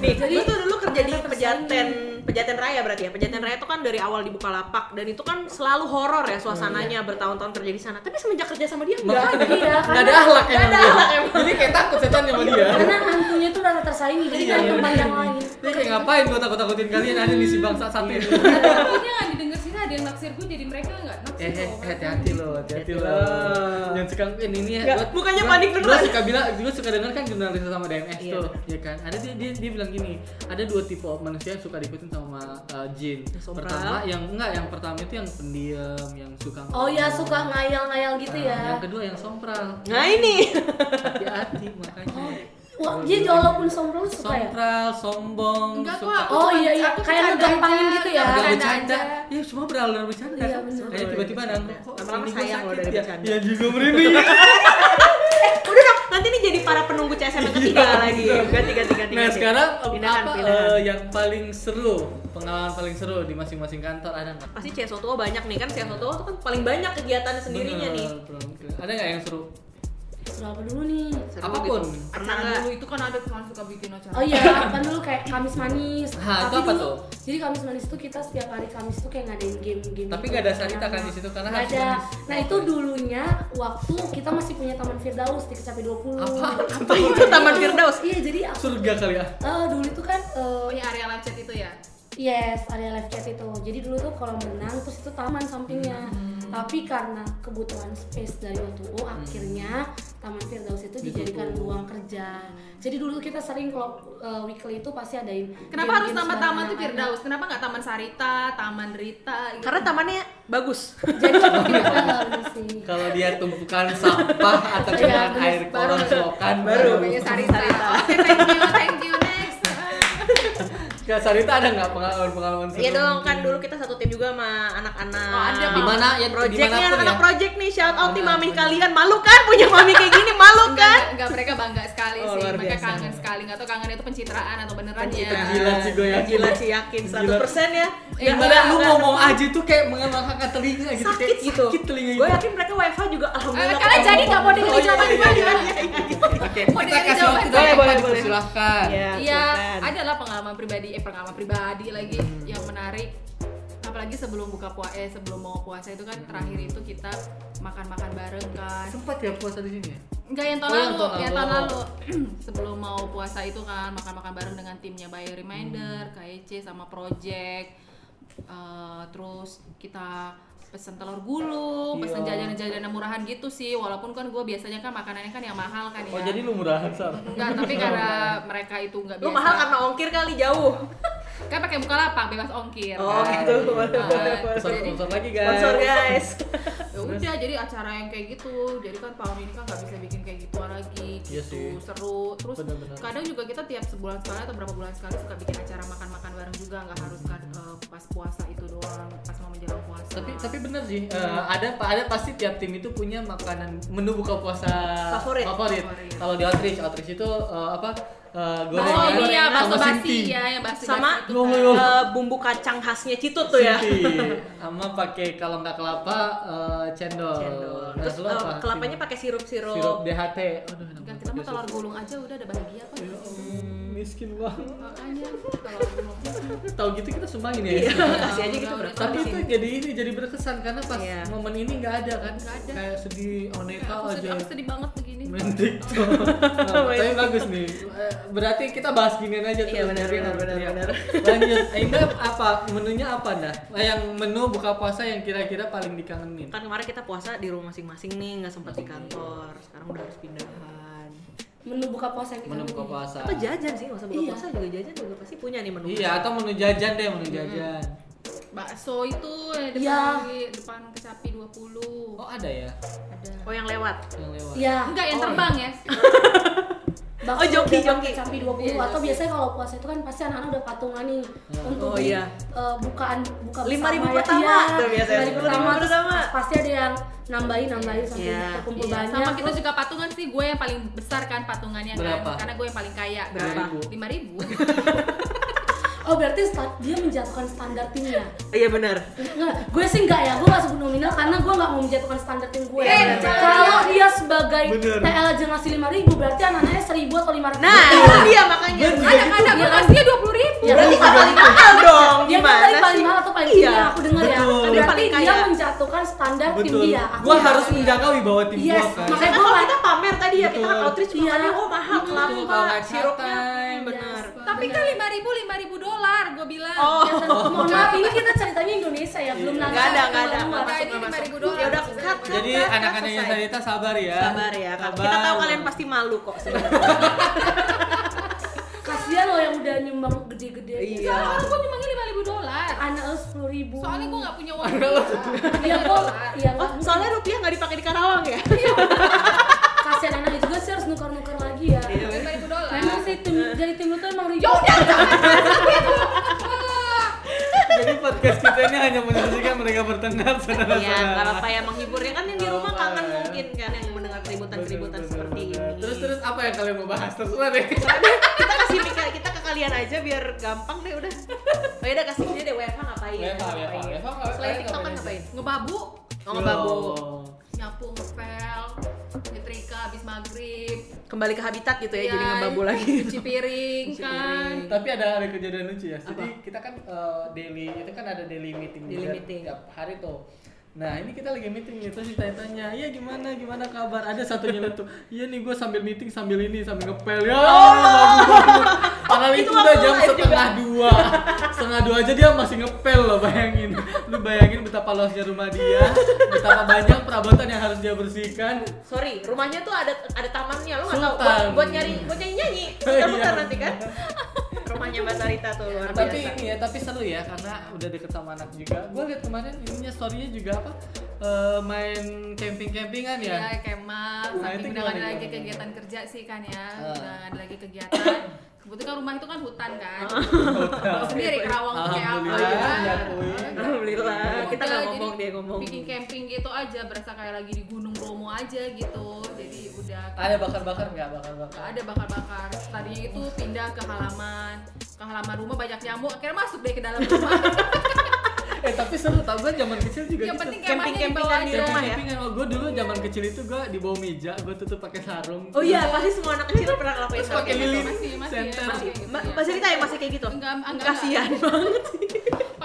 Speaker 1: Nih,
Speaker 4: Jadi
Speaker 1: gue tuh dulu kerja di
Speaker 4: ternyata
Speaker 1: pejaten Pejaten Raya berarti ya. Pejaten Raya itu kan dari awal dibuka lapak dan itu kan selalu horor ya suasananya bertahun-tahun kerja di sana. Tapi semenjak kerja sama dia enggak.
Speaker 2: Iya. Makanya
Speaker 4: iya,
Speaker 2: nggak ada akhlak emang.
Speaker 1: ada
Speaker 2: dia.
Speaker 1: akhlak emang.
Speaker 2: Jadi kayak takut setan sama dia.
Speaker 4: karena hantunya tuh rasa tersaingi jadi dari tempat yang lain.
Speaker 2: Dia kayak ngapain gua takut-takutin kalian ada di si bangsa satu ini.
Speaker 3: Takutnya nggak didengar sih ada yang naksir gue jadi mereka nggak naksir.
Speaker 2: Eh, eh,
Speaker 3: gua.
Speaker 2: hati-hati lo, hati-hati lo.
Speaker 1: Hati-hati lo.
Speaker 2: Yang suka eh, ini ya.
Speaker 1: Nggak,
Speaker 2: gua-
Speaker 1: mukanya
Speaker 2: gua-
Speaker 1: panik beneran.
Speaker 2: Gua suka bilang, gua suka denger kan jurnalis sama DMS
Speaker 1: Iya,
Speaker 2: tuh,
Speaker 1: bener.
Speaker 2: ya kan. Ada dia, dia dia bilang gini, ada dua tipe manusia yang suka diikutin sama uh, jin.
Speaker 1: Sompral.
Speaker 2: Pertama yang enggak, yang pertama itu yang pendiam, yang suka
Speaker 4: Oh ya
Speaker 2: ngomong.
Speaker 4: suka ngayal-ngayal gitu
Speaker 2: Nah,
Speaker 4: ya.
Speaker 2: Yang kedua yang sompral.
Speaker 1: Nah ini.
Speaker 2: Hati-hati makanya.
Speaker 1: Oh, ya?
Speaker 4: Wah dia walaupun sombong suka ya.
Speaker 2: Sompral, sombong,
Speaker 3: Enggak kok.
Speaker 2: suka
Speaker 3: aku
Speaker 4: Oh,
Speaker 3: cuma-
Speaker 4: iya, iya.
Speaker 3: aku
Speaker 4: Kayak
Speaker 3: bercanda
Speaker 4: ngegampangin
Speaker 3: aja,
Speaker 4: gitu ya.
Speaker 3: aku
Speaker 2: Agak
Speaker 3: bercanda
Speaker 2: bercanda.
Speaker 3: aja.
Speaker 2: Ya semua beralur bercanda.
Speaker 4: Iya, bener.
Speaker 2: Kayaknya tiba-tiba nangkep kok.
Speaker 1: Lama-lama
Speaker 2: ini gua
Speaker 1: sayang lo
Speaker 2: sakit
Speaker 1: dari
Speaker 2: ya.
Speaker 1: bercanda.
Speaker 2: Ya
Speaker 1: <laughs>
Speaker 2: juga merinding.
Speaker 1: Udah dong, nanti ini jadi para penunggu CSM yang ketiga lagi. Ganti ganti ganti.
Speaker 2: Iya. Nah
Speaker 1: ganti.
Speaker 2: sekarang eh,
Speaker 1: Pindahan,
Speaker 2: apa
Speaker 1: pindahan.
Speaker 2: eh, yang paling seru pengalaman paling seru di masing-masing kantor ada nggak?
Speaker 1: pasti CSO tuh banyak nih kan CSO tuh kan paling banyak kegiatan sendirinya nih.
Speaker 2: Bener, bener. Ada nggak yang seru?
Speaker 4: Berapa dulu nih?
Speaker 1: Seru
Speaker 2: Apapun.
Speaker 1: gitu. Pernah
Speaker 3: Acara
Speaker 1: nggak?
Speaker 3: dulu itu kan ada teman suka bikin acara.
Speaker 4: Oh iya, kan dulu kayak Kamis Manis.
Speaker 2: Hah, itu
Speaker 4: Tapi
Speaker 2: apa
Speaker 4: dulu-
Speaker 2: tuh?
Speaker 4: Jadi Kamis Manis tuh kita setiap hari Kamis tuh kayak ngadain game-game.
Speaker 2: Tapi
Speaker 4: gitu.
Speaker 2: nggak ada Sarita kan di situ, karena
Speaker 4: Nggak
Speaker 2: harus
Speaker 4: ada.
Speaker 2: Kamis.
Speaker 4: Nah, itu dulunya waktu kita masih punya Taman Firdaus di Kecapi 20.
Speaker 2: Apa?
Speaker 1: Apa itu Taman Firdaus?
Speaker 4: Iya, jadi aku-
Speaker 2: Surga kali ya.
Speaker 4: eh, dulu itu kan eh,
Speaker 3: Punya area lancet iya, itu ya.
Speaker 4: Yes, area live chat itu. Jadi dulu tuh kolam renang terus itu taman sampingnya. Tapi karena kebutuhan space dari O2O akhirnya Taman Firdaus itu dijadikan
Speaker 2: Ditutup.
Speaker 4: ruang kerja. Jadi dulu tuh kita sering kalau uh, weekly itu pasti adain
Speaker 3: Kenapa
Speaker 4: game-game
Speaker 3: harus nama
Speaker 4: sembarangan
Speaker 3: taman tuh
Speaker 4: anak. <laughs>
Speaker 3: Firdaus? Kenapa nggak Taman Sarita, Taman Rita? Gitu?
Speaker 1: Karena tamannya bagus.
Speaker 4: Jadi Iya, bener sih.
Speaker 2: Kalau dia
Speaker 1: <laughs>
Speaker 2: tumpukan sampah atau
Speaker 4: Iya,
Speaker 2: cuma
Speaker 4: bener.
Speaker 2: air koron
Speaker 4: Baru.
Speaker 2: selokan
Speaker 1: Baru.
Speaker 3: namanya Sarita. Oke, thank you, thank you next.
Speaker 2: Nggak Sarita ada nggak pengalaman-pengalaman seru?
Speaker 1: Iya dong, kan dulu kita satu tim juga sama anak-anak.
Speaker 3: Oh, ada,
Speaker 2: Di mana ya?
Speaker 1: Projectnya
Speaker 2: dimanapun
Speaker 1: anak-anak
Speaker 2: ya?
Speaker 1: project nih, shout out tim
Speaker 2: Mana,
Speaker 1: mami
Speaker 2: mana.
Speaker 1: kalian. Malu kan punya mami kayak gini, malu
Speaker 3: Enggak,
Speaker 1: kan?
Speaker 3: enggak, mereka bangga sekali
Speaker 1: Oh,
Speaker 3: sih.
Speaker 1: luar
Speaker 3: Mereka
Speaker 1: biasa.
Speaker 3: kangen sekali. Enggak tahu kangen itu pencitraan atau beneran
Speaker 1: Pencitraan.
Speaker 3: ya.
Speaker 2: Gila sih gue yakin.
Speaker 1: kan? Gila sih yakin 100% ya.
Speaker 3: Iya,
Speaker 1: Nggak-
Speaker 2: Gimana lu
Speaker 1: nggak-
Speaker 2: ngomong aja tuh kayak mengangkat telinga gitu
Speaker 1: sakit
Speaker 2: kayak
Speaker 1: gitu.
Speaker 2: sakit telinga
Speaker 1: Gue
Speaker 2: gitu.
Speaker 1: yakin mereka WFH juga alhamdulillah. Oh, iya,
Speaker 3: Eh, kalian jadi nggak mau dengerin jawaban gue ya?
Speaker 1: ya? Oke.
Speaker 3: Mau Eh,
Speaker 5: Kita
Speaker 3: dengerin
Speaker 5: kasih waktu
Speaker 3: jawaban
Speaker 5: dari
Speaker 1: Boleh, boleh,
Speaker 5: Pak,
Speaker 1: boleh.
Speaker 5: silahkan.
Speaker 1: Iya,
Speaker 3: Iya,
Speaker 1: silakan.
Speaker 3: adalah pengalaman pribadi, eh pengalaman pribadi lagi
Speaker 2: Hmm.
Speaker 3: yang menarik. Apalagi sebelum buka puasa, eh sebelum mau puasa itu kan terakhir
Speaker 2: Hmm.
Speaker 3: itu kita makan-makan bareng kan.
Speaker 2: Sempat ya puasa di sini ya?
Speaker 3: Enggak yang tahun
Speaker 2: Oh, yang
Speaker 3: lalu,
Speaker 2: tahun
Speaker 3: yang
Speaker 2: lalu.
Speaker 3: tahun lalu. <clears throat> sebelum mau puasa itu kan makan-makan bareng dengan timnya Bayer
Speaker 2: Hmm.
Speaker 3: Reminder, KEC sama Project. Eh, terus kita pesen telur gulung, pesen
Speaker 2: Iya.
Speaker 3: jajanan-jajanan murahan gitu sih. Walaupun kan gue biasanya kan makanannya kan yang mahal kan ya.
Speaker 2: Oh jadi lu murahan sar.
Speaker 3: Enggak, tapi
Speaker 2: <laughs>
Speaker 3: karena mereka itu enggak
Speaker 1: Lu
Speaker 3: biasa.
Speaker 1: mahal karena ongkir kali jauh.
Speaker 3: kan pakai bukalapak bebas ongkir
Speaker 1: Oh,
Speaker 3: kan.
Speaker 1: gitu. Boleh,
Speaker 3: Nah,
Speaker 1: boleh, boleh.
Speaker 2: Sponsor
Speaker 3: jadi
Speaker 2: sponsor lagi guys.
Speaker 1: Sponsor guys.
Speaker 3: ya udah jadi acara yang kayak gitu jadi kan tahun ini kan nggak bisa bikin kayak gitu lagi
Speaker 2: Iya
Speaker 3: gitu
Speaker 2: sih.
Speaker 3: seru terus
Speaker 2: Benar-benar.
Speaker 3: kadang juga kita tiap sebulan sekali atau berapa bulan sekali suka bikin acara makan-makan bareng juga nggak harus kan eh, pas puasa itu doang pas mau menjelang puasa
Speaker 2: Tapi tapi bener sih eh, ada ada pasti tiap tim itu punya makanan menu buka puasa
Speaker 1: Favorit.
Speaker 2: favorit.
Speaker 3: Favorit.
Speaker 2: Kalau di outreach outreach itu eh, apa eh,
Speaker 3: oh
Speaker 2: gorengan
Speaker 3: ini ya bakso
Speaker 2: sama
Speaker 3: basi
Speaker 2: sinti.
Speaker 3: ya yang basi
Speaker 1: Sama
Speaker 3: itu
Speaker 2: Ngomong-
Speaker 3: kan.
Speaker 1: eh, bumbu kacang khasnya Citut tuh ya.
Speaker 2: Sinti. sama pakai kalau nggak kelapa eh, cendol.
Speaker 1: Cendol.
Speaker 2: Nah,
Speaker 1: Terus
Speaker 2: lu apa?
Speaker 1: eh, kelapanya pakai sirup-sirup.
Speaker 2: sirup DHT. Aduh, enak
Speaker 3: Enggak,
Speaker 2: banget.
Speaker 3: kita mah telur gulung aja udah ada bahagia kok
Speaker 2: Ya ampun, miskin banget.
Speaker 3: makanya telur
Speaker 2: <laughs>
Speaker 3: gulung
Speaker 2: Tahu gitu kita sumbangin ya.
Speaker 1: Iya, kasih aja gitu berarti.
Speaker 2: <laughs> Tapi itu jadi ini jadi berkesan karena pas
Speaker 1: Iya.
Speaker 2: momen ini nggak ada kan?
Speaker 3: Nggak ada.
Speaker 2: Kayak sedih oneka
Speaker 3: aku
Speaker 2: aja.
Speaker 3: sedih, aku sedih banget begini
Speaker 2: Main TikTok.
Speaker 1: <laughs>
Speaker 2: Nah, tapi bagus nih. Eh, Berarti kita bahas ginian aja
Speaker 1: Iya, benar, benar,
Speaker 2: Rian,
Speaker 1: benar,
Speaker 2: Rian.
Speaker 1: benar.
Speaker 2: ya. <laughs> Lanjut. Ainda apa menunya apa dah? Yang menu buka puasa yang kira-kira paling dikangenin.
Speaker 1: Kan kemarin kita puasa di rumah masing-masing nih, nggak sempat di kantor. Sekarang udah harus pindahan.
Speaker 4: menu buka puasa yang
Speaker 2: Menu
Speaker 4: dikangenin.
Speaker 2: buka puasa.
Speaker 1: Apa jajan sih? Nggak usah buka
Speaker 4: Iya.
Speaker 1: puasa juga jajan juga pasti punya nih menu.
Speaker 2: Nah. Iya, atau menu jajan deh, menu jajan.
Speaker 3: bakso itu yang depan
Speaker 4: Iya.
Speaker 3: di depan kecapi 20
Speaker 2: Oh, ada ya
Speaker 3: ada
Speaker 1: Oh yang lewat.
Speaker 2: yang lewat.
Speaker 4: Iya.
Speaker 3: Enggak yang terbang ya.
Speaker 4: Bakso
Speaker 1: Oh, joki,
Speaker 4: dapat
Speaker 1: joki.
Speaker 4: Sampai 20
Speaker 3: Iya,
Speaker 4: atau
Speaker 3: joki.
Speaker 4: biasanya kalau puasa itu kan pasti anak-anak udah patungan nih untuk
Speaker 1: Oh,
Speaker 4: di,
Speaker 1: iya.
Speaker 4: eh, bukaan buka
Speaker 1: 5.000
Speaker 4: bersama ya.
Speaker 1: pertama
Speaker 4: Iya,
Speaker 1: tuh biasanya. 5.000
Speaker 4: 5.000 pertama. terus
Speaker 1: pertama.
Speaker 4: Pasti ada yang nambahin nambahin sampai
Speaker 1: Iya.
Speaker 4: terkumpul
Speaker 3: Iya,
Speaker 4: banyak.
Speaker 3: sama kita
Speaker 4: Terus
Speaker 3: juga patungan sih gue yang paling besar kan patungannya
Speaker 2: Berapa?
Speaker 3: kan karena gue yang paling kaya
Speaker 1: Berapa?
Speaker 3: lima
Speaker 1: <laughs>
Speaker 3: ribu
Speaker 4: Oh berarti sta- dia menjatuhkan standar timnya.
Speaker 1: Iya benar.
Speaker 4: Enggak, gue sih enggak ya, gue gak sebut nominal karena gue gak mau menjatuhkan standar tim gue.
Speaker 1: Iya,
Speaker 3: Eh, jangan.
Speaker 4: Kalau dia sebagai
Speaker 2: Bener.
Speaker 4: TL generasi 5000 berarti anak-anaknya 1000 atau 5000.
Speaker 1: Nah itu dia makanya.
Speaker 3: anak-anak Iya, gue
Speaker 1: Iya.
Speaker 3: kasihnya dua puluh ribu
Speaker 4: Ya,
Speaker 1: Berarti nggak paling mahal dong.
Speaker 4: dia kan
Speaker 1: Gimana
Speaker 4: tadi paling
Speaker 1: sih?
Speaker 4: mahal atau paling
Speaker 1: Iya.
Speaker 4: tinggi yang aku dengar ya.
Speaker 2: Betul.
Speaker 4: Berarti
Speaker 1: Dia paling
Speaker 4: dia
Speaker 1: kaya.
Speaker 4: menjatuhkan standar tim
Speaker 2: Betul.
Speaker 4: dia. Aku
Speaker 2: Gua
Speaker 4: nggak
Speaker 2: harus
Speaker 4: tahu.
Speaker 2: menjaga wibawa tim
Speaker 4: Yes,
Speaker 2: gua kan.
Speaker 1: Makanya
Speaker 4: Makanya
Speaker 1: kalau
Speaker 4: gua-
Speaker 1: kita pamer tadi ya, kita kan
Speaker 2: Betul.
Speaker 1: outreach
Speaker 4: Iya.
Speaker 1: makannya, oh mahal,
Speaker 2: Betul, kalau
Speaker 1: kelapa,
Speaker 2: naik
Speaker 1: sirupnya,
Speaker 2: santai.
Speaker 1: benar.
Speaker 4: <laughs>
Speaker 3: tapi kan lima ribu lima ribu dolar gue bilang
Speaker 1: Iya. Oh.
Speaker 4: Ya, tentu. ya, Mohon maaf ini kita ceritanya Indonesia ya, belum lancar.
Speaker 1: Gak ada, gak ada.
Speaker 4: belum
Speaker 1: Nggak
Speaker 4: luar.
Speaker 1: masuk,
Speaker 3: Makanya
Speaker 1: nggak
Speaker 3: ini
Speaker 1: masuk.
Speaker 3: 5.000 doang.
Speaker 1: Ya udah, cut, cut,
Speaker 2: Jadi
Speaker 1: cut, cut,
Speaker 2: anak-anaknya
Speaker 1: selesai.
Speaker 2: Sarita sabar ya.
Speaker 1: Sabar ya, kan.
Speaker 2: Sabar.
Speaker 1: kita tahu kalian pasti malu kok sebenarnya.
Speaker 4: Kasihan loh yang udah nyumbang gede-gede. gitu.
Speaker 1: Iya.
Speaker 3: soalnya gue nyumbangin lima ribu dolar
Speaker 4: Anak lo 10 ribu.
Speaker 3: soalnya gue nggak punya uang
Speaker 4: Iya kok, iya
Speaker 1: Oh,
Speaker 4: kok.
Speaker 1: soalnya rupiah nggak dipakai di Karawang ya?
Speaker 4: Kasihan anak itu juga sih harus nuker-nuker lagi ya.
Speaker 1: Iya.
Speaker 3: lima ribu dolar
Speaker 4: Memang sih tim dari tim lu tuh emang ribet.
Speaker 2: Jadi podcast kita ini hanya menyaksikan mereka bertengkar saudara-saudara.
Speaker 1: Iya, nggak apa-apa ya menghiburnya kan yang di rumah
Speaker 2: Nggak apa-apa
Speaker 1: kangen
Speaker 2: ya.
Speaker 1: mungkin kan yang mendengar keributan-keributan
Speaker 2: Betul,
Speaker 1: seperti
Speaker 2: betul,
Speaker 1: ini.
Speaker 2: betul. Terus terus apa yang kalian mau bahas? Terserah deh.
Speaker 1: kita kasih mikir kita ke kalian aja biar gampang deh
Speaker 2: <laughs>
Speaker 1: udah. Oh ya udah kasih aja deh WFH ngapain?
Speaker 2: WFH,
Speaker 1: Iya, ngapain.
Speaker 2: WFH, ngapain,
Speaker 1: Selain
Speaker 2: ngapain,
Speaker 1: TikTok kan
Speaker 2: ngapain.
Speaker 1: ngapain?
Speaker 3: ngebabu
Speaker 1: Oh, ngebabu.
Speaker 2: Iya.
Speaker 3: nyapu ngepel nyetrika habis maghrib
Speaker 1: Kembali ke habitat gitu ya,
Speaker 3: Ya,
Speaker 1: jadi ngebabu lagi.
Speaker 3: cuci piring
Speaker 1: Cuci
Speaker 3: kan
Speaker 1: piring.
Speaker 2: Tapi ada ada kejadian lucu ya. Jadi
Speaker 1: Apa?
Speaker 2: kita kan eh, daily itu kan ada daily meeting
Speaker 1: Daily
Speaker 2: juga
Speaker 1: meeting.
Speaker 2: tiap hari tuh. Nah ini kita lagi meeting nih, terus ditanya-tanya, iya gimana, gimana kabar? Ada satunya tuh, iya nih gue sambil meeting sambil ini, sambil ngepel ya Padahal
Speaker 1: Oh. Itu
Speaker 2: itu, udah
Speaker 1: waktu
Speaker 2: jam
Speaker 1: live juga.
Speaker 2: setengah dua Setengah dua aja dia masih ngepel loh, bayangin Lu bayangin betapa luasnya rumah dia, betapa banyak perabotan yang harus dia bersihkan
Speaker 1: Sorry, rumahnya tuh ada ada tamannya, lo nggak tahu
Speaker 2: Sultan.
Speaker 1: buat, buat nyari buat nyanyi
Speaker 2: <laughs>
Speaker 1: nyanyi,
Speaker 2: Iya.
Speaker 1: putar-putar nanti kan? Rumahnya Mbak Sarita tuh luar biasa.
Speaker 2: tapi ini ya tapi seru ya karena udah deket sama anak juga gue lihat kemarin ininya storynya juga apa eh, main camping campingan ya
Speaker 3: Iya, kemah,
Speaker 2: Nah,
Speaker 3: saking
Speaker 2: itu
Speaker 3: udah
Speaker 2: gimana,
Speaker 3: nggak ada lagi
Speaker 2: gimana,
Speaker 3: kegiatan kerja sih kan ya,
Speaker 2: Ah.
Speaker 3: udah nggak ada lagi kegiatan. Kebetulan rumah itu kan hutan kan, Tahu sendiri Kerawang tuh kayak
Speaker 2: Ah.
Speaker 3: apa.
Speaker 2: Alhamdulillah,
Speaker 3: kan.
Speaker 2: diakui.
Speaker 1: Alhamdulillah,
Speaker 2: Iya.
Speaker 3: Udah,
Speaker 1: kita nggak
Speaker 3: jadi
Speaker 1: ngomong dia ngomong.
Speaker 3: Bikin camping gitu aja, berasa kayak lagi di Gunung Bromo aja gitu. Jadi udah
Speaker 2: ada bakar bakar nggak bakar bakar
Speaker 3: nggak ada bakar-bakar. Tadinya itu
Speaker 2: <laughs>
Speaker 3: pindah ke halaman, ke halaman rumah banyak nyamuk, akhirnya masuk deh ke dalam rumah.
Speaker 2: eh tapi seru tau gue zaman kecil juga
Speaker 3: Yang
Speaker 2: gitu.
Speaker 3: penting
Speaker 1: Camping-
Speaker 3: kemahnya di bawah
Speaker 1: campingan di
Speaker 3: aja.
Speaker 1: rumah ya?
Speaker 2: Campingan, oh, gue dulu zaman kecil itu gue di bawah meja, gue tutup pakai sarung.
Speaker 1: Oh iya, pasti semua anak kecil pernah ngelakuin
Speaker 2: Terus
Speaker 1: hal
Speaker 2: pakai
Speaker 1: kayak gitu.
Speaker 2: lilin
Speaker 3: Masih, masih ya,
Speaker 2: center.
Speaker 1: Masih,
Speaker 3: Kayak gitu,
Speaker 1: ma-
Speaker 3: ya.
Speaker 1: masih kita ya masih kayak gitu.
Speaker 3: Enggak, enggak, Iya, enggak.
Speaker 1: Kasihan banget sih.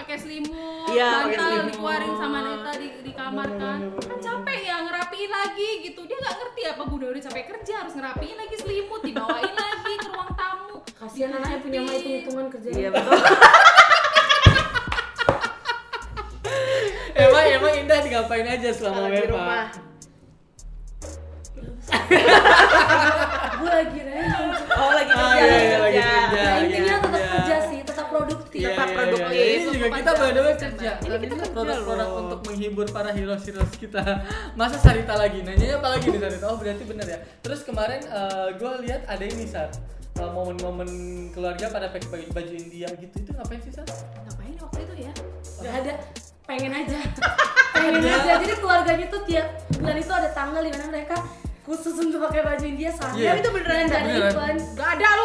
Speaker 3: pakai selimut,
Speaker 1: Iya, pakai
Speaker 3: bantal
Speaker 1: selimut.
Speaker 3: dikeluarin sama Neta di, di kamar kan. Kan capek ya ngerapiin lagi gitu. Dia nggak ngerti apa gue udah udah capek kerja harus ngerapiin lagi selimut, dibawain lagi ke ruang tamu.
Speaker 4: Kasihan anaknya punya mah hitung-hitungan kerjanya.
Speaker 1: Iya betul.
Speaker 2: Emang emang indah digapain aja
Speaker 1: Kalau
Speaker 2: selama
Speaker 1: di rumah.
Speaker 2: WFH.
Speaker 4: Gue lagi random.
Speaker 1: Oh lagi
Speaker 2: Ah,
Speaker 1: kerja,
Speaker 2: iya,
Speaker 1: lagi
Speaker 2: iya, lagi
Speaker 1: kerja.
Speaker 2: kerja.
Speaker 4: Nah, intinya
Speaker 2: iya,
Speaker 4: tetap
Speaker 2: iya.
Speaker 4: kerja sih, tetap produktif.
Speaker 1: Iya. Tetap
Speaker 2: Iya, iya,
Speaker 1: produktif.
Speaker 2: iya. Ini juga Iya, kita by the way kerja.
Speaker 1: Ini kita kerja
Speaker 2: produk-produk
Speaker 1: loh.
Speaker 2: untuk menghibur para heroes-heroes kita. <laughs> Masa Sarita lagi nanya apa lagi nih Sarita? Oh berarti bener ya. Terus kemarin gue lihat ada ini Sar. Eh, momen-momen keluarga pada pakai baju, baju India gitu itu ngapain sih Sar?
Speaker 3: Ngapain waktu itu ya?
Speaker 4: Gak ada, pengen aja. <laughs> pengen aja. Jadi keluarganya tuh tiap bulan itu ada tanggal di mana mereka khusus untuk pakai baju India sama.
Speaker 2: Iya.
Speaker 4: Itu kan. beneran dan ada
Speaker 2: Beneran.
Speaker 4: event.
Speaker 1: Gak ada lu.